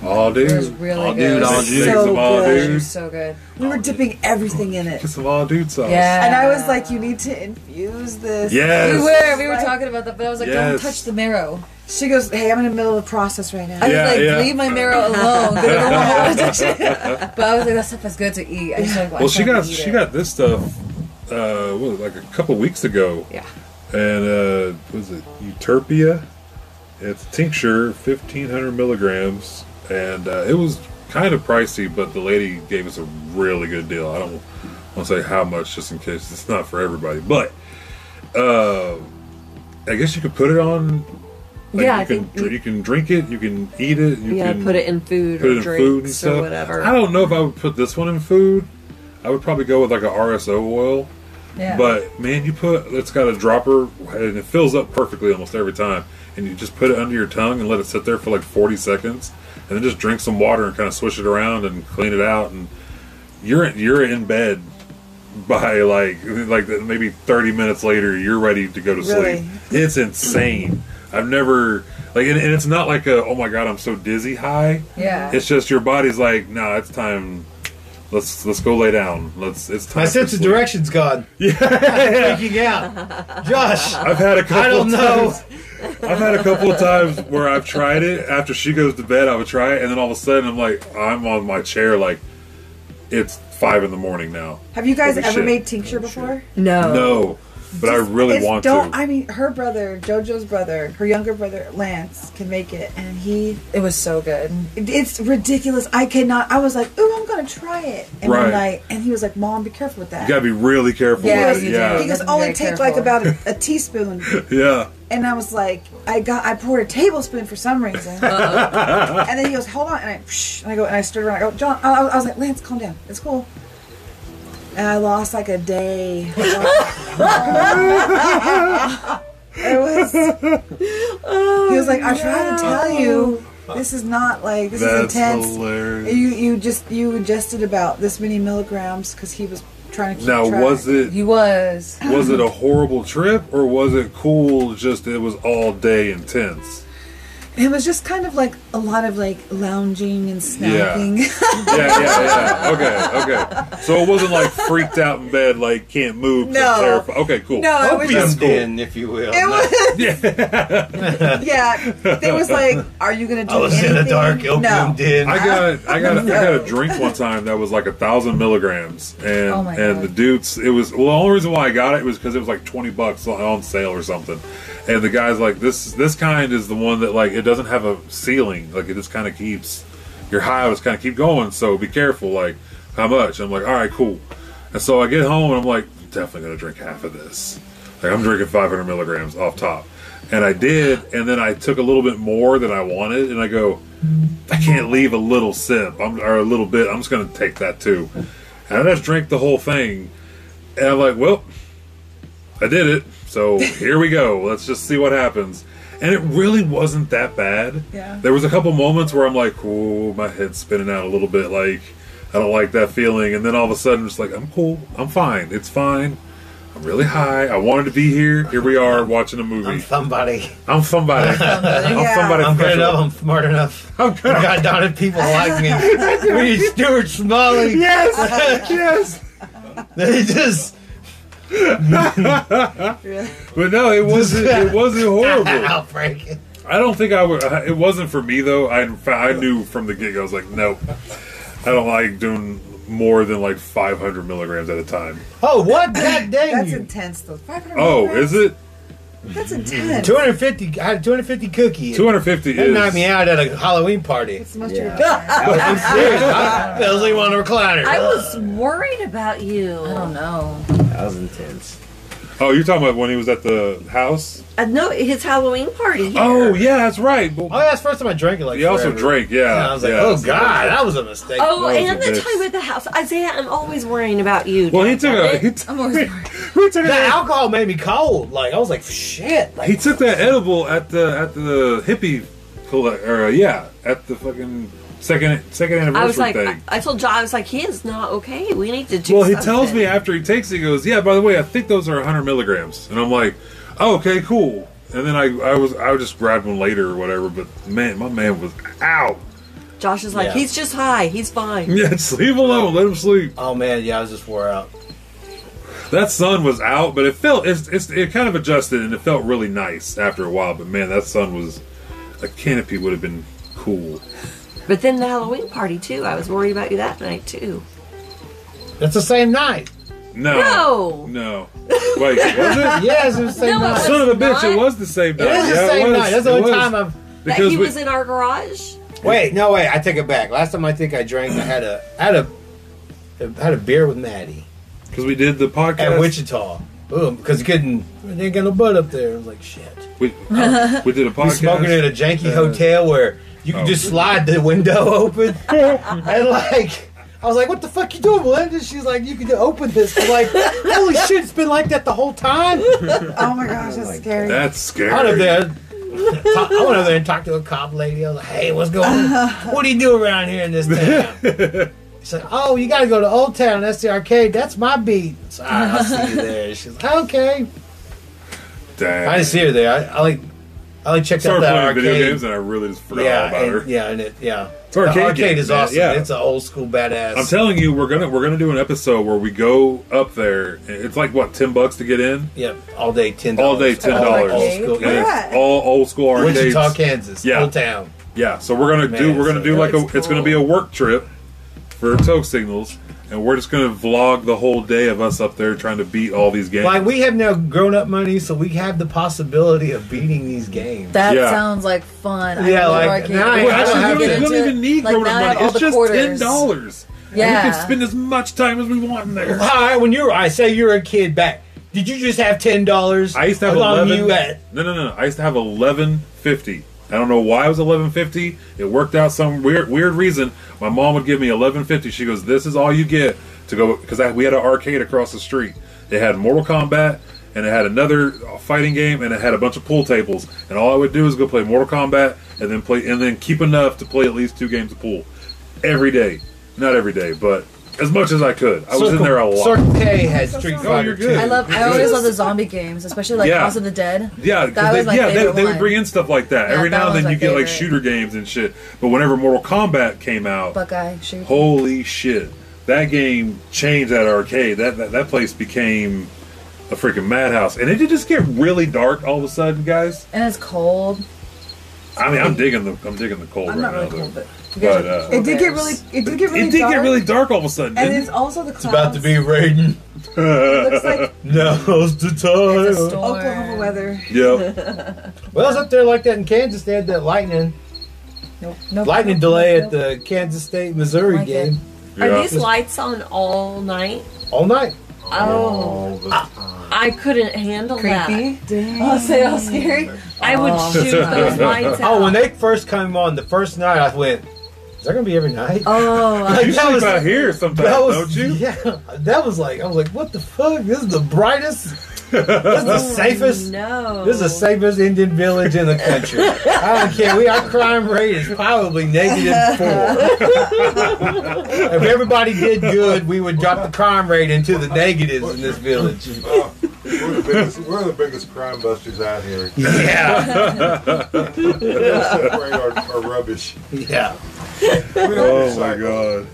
S2: Oh,
S3: it was
S2: dude.
S3: really
S1: Oh,
S3: good.
S1: dude, I'll-
S2: Mix, mix
S6: So
S2: them all,
S6: good.
S3: It
S2: dude.
S3: was so good.
S6: We were dipping everything in it,
S2: Get some all dude sauce.
S3: Oh. Yeah,
S6: and I was like, "You need to infuse this."
S2: Yes.
S3: we were we were
S6: Like-
S3: talking about that, but I was like,
S2: Yes.
S3: don't touch the marrow.
S6: She goes, "Hey, I'm in the middle of a process right now."
S3: I
S2: Yeah,
S3: was like,
S2: yeah.
S3: leave my marrow alone. They don't want to touch it. But I was like, that stuff is good to eat. I just like,
S2: Well, she got she got this stuff uh, what, was it, like a couple weeks ago.
S5: Yeah.
S2: And uh, what was it Euterpia? It's a tincture, fifteen hundred milligrams, and uh, it was kind of pricey, but the lady gave us a really good deal. I don't want to say how much, just in case it's not for everybody. But uh, I guess you could put it on. like,
S5: Yeah,
S2: you
S5: I
S2: can
S5: think
S2: dr-
S5: you-
S2: you can drink it. You can eat it. You
S5: yeah,
S2: can
S5: put it in food
S2: put
S5: or
S2: it in
S5: drinks
S2: food and stuff.
S5: or whatever.
S2: I don't know if I would put this one in food. I would probably go with like a RSO oil.
S3: Yeah.
S2: But man, you put it's got a dropper and it fills up perfectly almost every time. And you just put it under your tongue and let it sit there for like 40 seconds, and then just drink some water and kind of swish it around and clean it out. And you're you're in bed by like like maybe 30 minutes later you're ready to go to
S6: Really?
S2: sleep it's insane i've never like and, and it's not like a oh my god i'm so dizzy high
S3: yeah.
S2: it's just your body's like, nah, it's time. Let's let's go lay down. Let's it's time.
S1: My
S2: for
S1: sense of
S2: sleep."
S1: direction's gone. Yeah. Freaking out. Josh,
S2: I've had a couple.
S1: I don't know.
S2: times- I've had a couple of times where I've tried it. After she goes to bed, I would try it, and then all of a sudden, I'm like, I'm on my chair, like it's five in the morning now.
S6: Have you guys
S2: Holy
S6: ever
S2: shit.
S6: made tincture before?
S3: no.
S2: No, but I really
S6: Oh. It's-
S2: want
S6: don't,
S2: to.
S6: I mean, her brother, JoJo's brother, her younger brother, Lance, can make it, and he.
S3: It was so good.
S6: it- It's ridiculous. I cannot. I was like, "Ooh, I'm gonna try it," and
S2: Right.
S6: one night, and he was like, "Mom, be careful with that."
S2: You gotta be really careful
S3: Yeah,
S2: with it.
S3: you
S2: Yeah,
S6: He
S3: do.
S6: goes,
S3: Be
S6: only
S3: very
S6: take
S3: careful.
S6: like about a, a teaspoon,
S2: yeah.
S6: and I was like, I got, I poured a tablespoon for some reason, and then he goes, hold on, and I, psh, and I go, and I stirred around. I go, John, I, I was like, Lance, calm down, it's cool. And I lost like a day. It was. he was like, I tried to tell you, this is not like this is
S2: That's
S6: intense.
S2: hilarious.
S6: You you just you adjusted about this many milligrams because he was trying to keep
S2: now,
S6: track.
S2: was it
S3: He was.
S2: was it a horrible trip or was it cool? Just it was all day intense.
S6: It was just kind of like a lot of like lounging and
S2: Yeah.
S6: snacking.
S2: Yeah, yeah, yeah. Okay, okay. So it wasn't like freaked out in bed, like can't move. 'cause
S6: No.
S2: terrified. Okay, cool.
S6: No, it was
S2: That's
S1: Opium
S6: just-
S2: cool.
S1: den, if you will.
S6: It was. Yeah. They was like, "Are you gonna do?"
S1: I was in a
S6: anything?"
S1: dark opium
S6: no.
S1: den.
S2: I got I got I got a drink one time that was like a thousand milligrams, and
S3: Oh my
S2: and
S3: God.
S2: the dudes it was well the only reason why I got it was because it was like twenty bucks on- on sale or something, and the guy's like this this kind is the one that like it doesn't have a ceiling like it just kind of keeps your high was kind of keep going so be careful like how much I'm like all right cool, and so I get home and I'm like I'm definitely gonna drink half of this like I'm drinking five hundred milligrams off top, and I did and then I took a little bit more than I wanted and I go. I can't leave a little sip I'm, or a little bit. I'm just going to take that too. And I just drank the whole thing. And I'm like, well, I did it. So here we go. Let's just see what happens. And it really wasn't that bad.
S6: Yeah.
S2: There was a couple moments where I'm like, oh, my head's spinning out a little bit. Like, I don't like that feeling. And then all of a sudden, just like, I'm cool. I'm fine. It's fine. I'm really high. I wanted to be here. Here we are watching a
S1: I'm
S2: movie.
S1: somebody.
S2: I'm somebody. I'm
S6: Yeah.
S2: somebody.
S1: I'm good
S2: special.
S1: enough. I'm smart enough.
S2: I'm good.
S1: I got darn it, people like me. we need Stuart Smalley.
S2: Yes. yes.
S1: They just
S2: But no, it wasn't. It wasn't horrible.
S1: I'll break it.
S2: I don't think I would. It wasn't for me though. I I knew from the gig. I was like, nope. I don't like doing more than like 500 milligrams at a time.
S1: Oh, what? God dang
S6: That's
S1: you.
S6: intense though. 500
S2: Oh,
S6: milligrams?
S2: is it
S6: That's intense.
S1: 250, I had a 250 cookie.
S2: 250?
S1: That
S2: Is
S1: knocked me out at a Halloween party.
S6: It's much
S4: Yeah.
S1: I'm serious. I fell asleep on a recliner.
S5: I was worried about you.
S3: I don't know.
S4: That was intense.
S2: Oh, you're talking about when he was at the house?
S5: Uh, no, his Halloween party. Here.
S2: Oh, yeah, that's right. But
S1: oh, yeah, that's the first time I drank it. Like
S2: he also
S1: forever.
S2: drank. Yeah.
S1: And I was like,
S2: yeah.
S1: oh god, that was a mistake.
S5: Oh,
S2: That was
S5: and
S2: a
S5: the
S2: bitch.
S5: time at the house, Isaiah. I'm always worrying about you.
S2: Well, he
S5: Dad,
S2: took
S5: damn
S2: a
S5: it.
S2: he, t-
S3: I'm always worried.
S2: he took
S1: the
S2: a
S1: alcohol made me cold. Like I was like, shit. Like
S2: He took that edible at the at the hippie, colle- or uh, yeah, at the fucking second second anniversary
S5: I was like, I,
S2: thing.
S5: I told John, I was like, he is not okay. We need to do.
S2: well, he tells me
S5: something.
S2: after he takes, it, he goes, "Yeah, by the way, I think those are 100 milligrams," and I'm like, oh, "Okay, cool." And then I I was I just grabbed one later or whatever, but man, my man was out.
S5: Josh is like,
S1: Yeah.
S5: he's just high. He's fine.
S2: Yeah, just leave him alone, let him sleep.
S1: oh man, yeah, I was just wore out.
S2: That sun was out, but it felt it's, it's it kind of adjusted and it felt really nice after a while. But man, that sun was a canopy would have been cool.
S5: But then the Halloween party too. I was worried about you that night too.
S1: That's the same night.
S2: No.
S5: No.
S2: No. Wait, was it?
S1: Yes, it was the same
S5: No, it
S1: night.
S5: was-
S2: Son of a bitch,
S5: not.
S2: it was the same
S1: It
S2: night.
S1: is the
S2: Yeah,
S1: same
S2: was.
S1: night. That's the
S2: It
S1: only
S2: was.
S1: time I've.
S5: that
S2: Because
S5: he
S2: we-
S5: was in our garage.
S1: Wait, no, wait. I take it back. Last time I think I drank, I had a I had a I had a beer with Maddie
S2: Because we did the podcast.
S1: at Wichita. Boom, because couldn't they didn't get no butt up there. I was like, shit.
S2: We, uh, we did a podcast.
S1: We smoking at a janky
S2: Uh,
S1: hotel where you can
S2: oh.
S1: just slide the window open and like. I was like, "What the fuck you doing, Melinda?" She's like, "You can open this." I'm like, "Holy shit, it's been like that the whole time."
S6: Oh my gosh, that's
S4: my
S6: scary.
S2: That's scary.
S1: I went up there. talk- I went over there and talked to a cop lady. I was like, "Hey, what's going on? What do you do around here in this town?" She's like, "Oh, you got to go to Old Town. That's the arcade. That's my beat." So, All right, I'll see you there. She's like, "Okay."
S2: Dang.
S1: I didn't see her there. I, I like, I like checked
S2: started
S1: out
S2: playing
S1: that arcade.
S2: video games and I really just forgot all
S1: yeah,
S2: about
S1: and,
S2: her.
S1: yeah, and it, yeah.
S2: The arcade
S1: the arcade
S2: game,
S1: is
S2: man,
S1: awesome.
S2: yeah.
S1: It's an old school badass.
S2: I'm telling you, we're gonna we're gonna do an episode where we go up there. and It's like what ten bucks to get in,
S1: yep, all day ten.
S2: all day ten dollars.
S1: Old school.
S2: And
S1: Yeah.
S2: it's all old school arcades.
S1: Wichita, Kansas.
S2: Yeah.
S1: Old Town.
S2: Yeah, so we're gonna
S1: Man,
S2: do we're gonna
S1: so
S2: do like a
S5: that's
S2: it's gonna be a work trip for Toe Signals, and we're just gonna vlog the whole day of us up there trying to beat all these games.
S1: Like we have now grown up money, so we have the possibility of beating these games.
S3: That
S2: Yeah.
S3: sounds like fun. I
S1: Yeah,
S3: love
S1: like,
S3: arcade.
S1: now I-
S2: well,
S1: I
S2: actually,
S1: have
S2: we
S1: to-
S2: don't, we don't even need
S3: Like,
S2: grown
S3: now
S2: up
S3: I have
S2: money.
S3: all
S2: It's
S3: the
S2: just
S3: quarters.
S2: ten dollars. we
S3: Yeah.
S2: can spend as much time as we want in there.
S1: All right, when you're, I say you're a kid back. Did you just have ten dollars?
S2: I used to have
S1: along
S2: eleven.
S1: you at
S2: No, no, no, no. I used to have eleven fifty. I don't know why it was eleven fifty. It worked out some weird, weird reason. My mom would give me eleven fifty. She goes, "This is all you get to go." Because we had an arcade across the street. They had Mortal Kombat. and it had another uh, fighting game, and it had a bunch of pool tables. And all I would do is go play Mortal Kombat, and then play, and then keep enough to play at least two games of pool every day. Not every day, but as much as I could. I was in
S1: Circle-
S2: there a lot.
S1: Circle K had Street
S6: No,
S1: Fighter.
S2: you're
S1: too.
S2: good.
S3: I love. I
S2: Yes.
S3: always love the zombie games, especially like
S2: Yeah.
S3: House of the Dead.
S2: Yeah, 'cause
S3: That
S2: they,
S3: was my
S2: yeah, they,
S3: favorite
S2: they would
S3: one.
S2: bring in stuff like that.
S3: Yeah,
S2: Every
S3: that
S2: now and
S3: was
S2: then
S3: my
S2: you get like
S3: favorite.
S2: shooter games and shit. But whenever Mortal Kombat came out,
S3: Buckeye shoot.
S2: holy shit, that game changed that arcade. That that, that place became a freaking madhouse, and it did just get really dark all of a sudden, guys.
S3: and it's cold.
S2: I mean, I'm digging the I'm digging the cold
S3: I'm
S2: right
S3: not really
S2: now.
S3: cold,
S2: though.
S3: but you guys
S2: But,
S3: are
S2: uh,
S3: cold
S6: It did get
S3: bears.
S6: really, it did get really
S2: it did
S6: dark,
S2: get really dark all of a sudden.
S6: and
S2: didn't
S6: it's also the clouds.
S1: It's about to be raining.
S2: it?
S6: It looks like
S1: Now's the
S3: It's a
S1: time.
S3: storm.
S6: Oklahoma weather.
S2: yeah,
S1: Well, it's up there like that in Kansas. They had that lightning,
S3: Nope. Nope.
S1: lightning
S3: Nope.
S1: delay at
S3: Nope.
S1: the Kansas State Missouri
S3: Like it.
S1: game
S5: Are
S2: yeah.
S5: these lights on all night?
S1: all night.
S5: Oh, I couldn't handle that.
S3: creepy.
S5: I'll say all scary. I
S2: Oh.
S5: would shoot those lights out.
S1: Oh, when they first came on the first night, I went, "Is that gonna be every night?"
S3: Oh, I-
S1: Like,
S2: you
S1: that
S2: sleep
S1: was-
S2: out here sometimes,
S1: that was
S2: don't you?
S1: yeah. That was like I was like, "What the fuck? This is the brightest. This is the safest.
S5: No.
S1: This is the safest Indian village in the country. I don't care. We our crime rate is probably negative four. if everybody did good, we would drop the crime rate into the negatives in this village.
S7: Oh, we're, the biggest, we're the biggest crime busters out here.
S1: Yeah,
S7: We don't separate our, our rubbish.
S1: yeah.
S7: We don't
S2: Oh my
S7: recycle.
S2: god.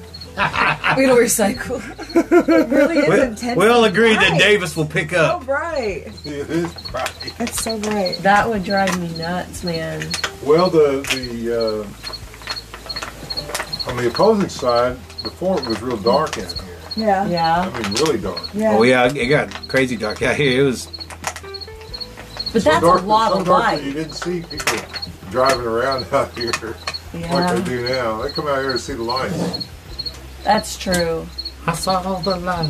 S3: we don't recycle.
S6: It really is intense.
S1: We all agreed that Davis will pick
S6: So
S1: up.
S6: bright.
S7: It is right.
S6: That's so bright.
S5: that would drive me nuts, man.
S7: Well, the the uh, on the opposing side, before it was real dark in here.
S6: Yeah. Yeah.
S5: Yeah.
S7: I mean, really dark.
S1: Oh yeah, it got crazy dark out here. It was
S5: But
S7: So
S5: that's
S7: dark,
S5: a lot
S7: so
S5: of
S7: dark that
S5: light.
S7: You didn't see people driving around out here like
S5: Yeah.
S7: they do now. They come out here to see the lights.
S5: That's true.
S1: I saw all the light.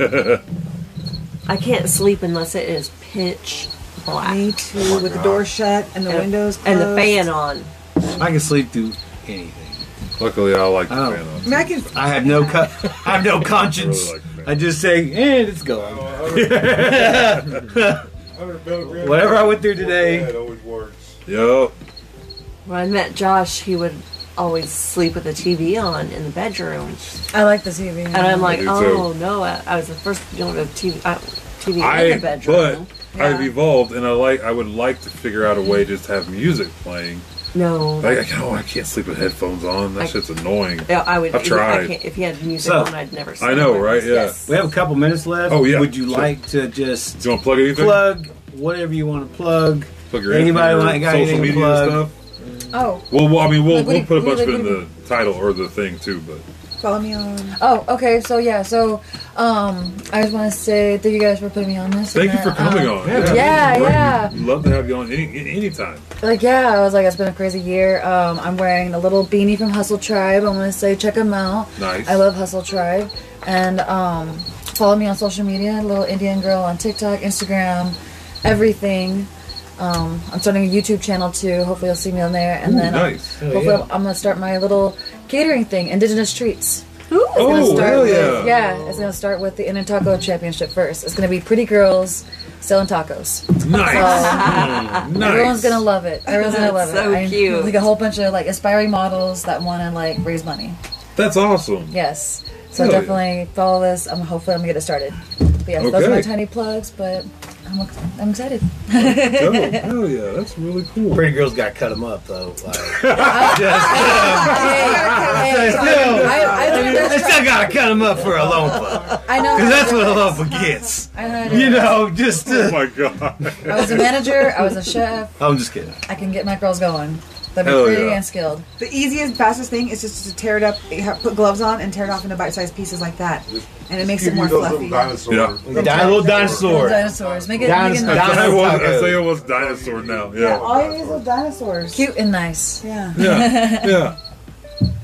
S5: I can't sleep unless it is pitch black
S6: Me too, with the door shut and the
S5: And-
S6: windows
S5: and
S6: closed.
S5: the fan on.
S1: I can sleep through anything.
S2: Luckily, I like the
S1: Oh.
S2: fan on.
S6: I mean, I can,
S1: I have no co- I have no conscience.
S2: I really like that.
S1: I just say, eh, it's gone. Whatever
S7: Whatever
S1: I went through today.
S7: That always works.
S2: Yup.
S5: When I met Josh, he would always sleep with the TV on in the bedroom,
S3: I like the TV.
S5: and I'm like,
S2: Me too.
S5: oh no, I, I was the first to don't have TV, uh, TV in
S2: I
S5: the bedroom.
S2: but I've evolved and I like I would like to figure out a way just to have music playing.
S5: no,
S2: Like I can't, oh, I can't sleep with headphones on. That
S5: I-
S2: shit's annoying.
S5: Yeah, I would.
S2: I've tried.
S5: I can't, if he had music
S1: So-
S5: on, I'd never.
S2: I
S5: sleep
S2: know,
S5: with
S2: right?
S5: it.
S2: Yeah.
S5: Yes.
S1: We have a couple minutes left.
S2: Oh, yeah.
S1: Would you
S2: Sure.
S1: like to just
S2: Do you want to plug anything?
S1: plug whatever you want to plug?
S2: Plug your
S1: Anybody
S2: anything or
S1: want- got
S2: social
S1: anything to
S2: media
S1: plug?
S2: stuff.
S3: oh,
S2: Well, well, I mean, we'll
S3: Like, what
S2: we'll
S3: do-
S2: put a
S3: what
S2: bunch
S3: do-
S2: of it in
S3: what do-
S2: the title or the thing too. But
S6: follow me on.
S3: oh, okay. So yeah, so um, I just want to say thank you guys for putting me on this.
S2: thank you
S3: and
S2: for
S3: that,
S2: coming
S3: um,
S2: on.
S1: yeah,
S3: Yeah,
S2: Great.
S3: yeah.
S2: We'd Love to have you on any anytime.
S3: Like yeah, I was like, it's been a crazy year. Um, I'm wearing the little beanie from Hustle Tribe. I want to say check them out.
S2: Nice.
S3: I love Hustle Tribe, and um, follow me on social media, Little Indian Girl on TikTok, Instagram, everything. Um, I'm starting a YouTube channel too. Hopefully, you'll see me on there, and
S2: Ooh,
S3: then um,
S2: nice.
S1: Oh,
S3: hopefully,
S1: yeah.
S3: I'm, I'm gonna start my little catering thing, Indigenous treats. It's gonna
S2: Oh,
S3: start
S2: hell
S3: with,
S2: yeah!
S3: yeah, it's gonna start with the Inner Taco Championship first. It's gonna be pretty girls selling tacos.
S2: Nice, nice.
S3: Everyone's gonna love it. Everyone's gonna love
S5: That's so
S3: it. I-
S5: cute.
S3: Like a whole bunch of like aspiring models that want to like raise money.
S2: That's awesome.
S3: Yes. So
S2: Hell yeah.
S3: definitely follow this. I'm hopefully I'm gonna get it started. But yeah, those are my
S2: Okay.
S3: tiny plugs. But I'm, ex- I'm excited.
S2: Dope. Hell yeah! That's really cool.
S1: Pretty girls got to cut them up though. Like,
S3: Hey,
S1: still,
S3: I, I, learned
S1: they
S3: that-
S1: still got to cut them up for a loafa
S3: I know.
S1: because that's what a loafa gets.
S3: I know. how to do
S1: You
S3: it.
S1: know, just.
S2: Oh
S1: Uh,
S2: my god!
S3: I was a manager. I was a chef.
S1: I'm just kidding.
S3: I can get my girls going. That'd be
S2: Hell
S3: pretty
S2: yeah.
S3: and skilled.
S6: The easiest, fastest thing is just to tear it up, put gloves on, and tear it off into bite-sized pieces like that, and it makes
S7: Give
S6: it
S7: you
S6: more
S7: those
S6: fluffy.
S7: little dinosaur.
S2: Yeah.
S1: Di- little dinosaur.
S3: Dinosaurs. Make it,
S1: Dinos-
S3: make it
S1: dinos-
S3: nice.
S2: I, was, I
S1: tacos.
S2: say it was dinosaur now.
S6: Yeah,
S2: Yeah.
S6: all you need is little dinosaurs.
S3: cute and nice.
S6: Yeah.
S2: Yeah, yeah.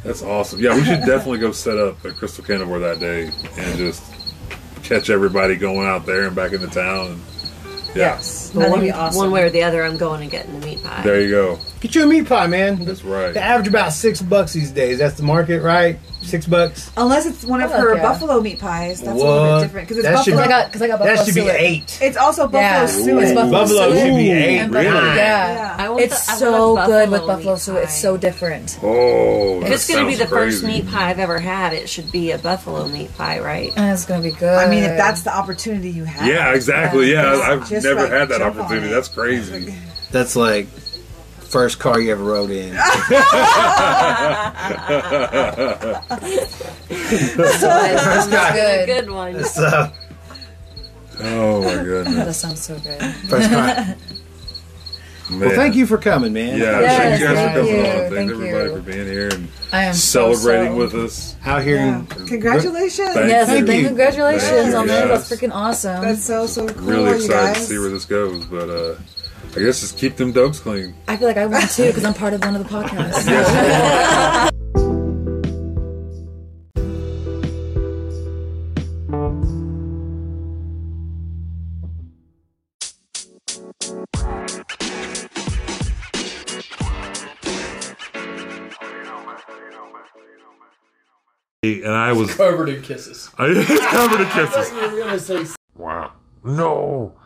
S2: That's awesome. Yeah, we should definitely go set up a Crystal Candleware that day and just catch everybody going out there and back into town. And yeah,
S3: Yes. That'd
S5: one,
S3: be awesome.
S5: one way or the other, I'm going and getting the meat pie.
S2: there you go.
S1: Get you a meat pie, man.
S2: That's right.
S1: They average about six bucks these days. That's the market, right? Six bucks.
S6: Unless it's one of
S3: Fuck
S6: her
S3: yeah.
S6: buffalo meat pies. That's a
S1: What?
S6: little bit different. Because it's
S1: That should
S3: Because
S6: buffalo.
S1: be-
S3: I got, because I got buffalo
S1: that should be
S3: suet.
S1: eight.
S6: it's also buffalo
S3: Yeah.
S6: suet.
S3: It's buffalo
S1: Buffalo
S3: suet.
S1: should be
S2: Ooh,
S1: eight.
S3: and
S2: really?
S3: buffalo- Yeah.
S6: Yeah.
S5: I want
S3: It's
S5: the- I want a
S3: so good with
S5: buffalo
S3: buffalo
S5: meat
S3: suet. It's
S5: pie.
S3: so different.
S2: Oh,
S5: If
S2: that
S5: it's going to be the
S2: sounds
S5: first
S2: crazy.
S5: meat pie I've ever had, it should be a buffalo meat pie, right?
S3: And it's gonna be good.
S6: I mean, if that's the opportunity you have.
S2: Yeah, exactly. Yeah,
S6: Just-
S2: I've
S6: just
S2: never
S6: like
S2: had that
S6: jump on
S2: opportunity.
S6: it.
S2: That's crazy.
S1: That's like first car you ever rode in.
S3: um, That's
S1: guy.
S3: good.
S5: A good one.
S1: so
S2: Oh my goodness.
S3: That sounds so good.
S1: first car.
S2: Man.
S1: Well, thank you for coming, man.
S2: Yeah,
S3: Yes,
S2: thank you guys
S3: thank
S2: for coming
S3: you,
S2: on. Thanks
S3: thank
S2: everybody
S3: you.
S2: for being here and
S3: I am so
S2: celebrating
S3: so-
S2: with us.
S1: Out here
S6: Yeah.
S1: in
S6: Congratulations.
S2: Thank
S3: Yes,
S2: you.
S3: thank
S1: you.
S3: congratulations
S2: Thank you,
S3: on that.
S2: yes.
S3: That's freaking awesome.
S6: That's so so cool.
S2: Really
S6: you
S2: excited
S6: guys.
S2: to see where this goes, but uh I guess just keep them dopes clean.
S3: I feel like I want to because I'm part of one of the podcasts.
S2: And I was
S8: Covered in kisses.
S2: I covered in
S8: I thought
S2: kisses.
S8: you were gonna say
S2: Wow. No.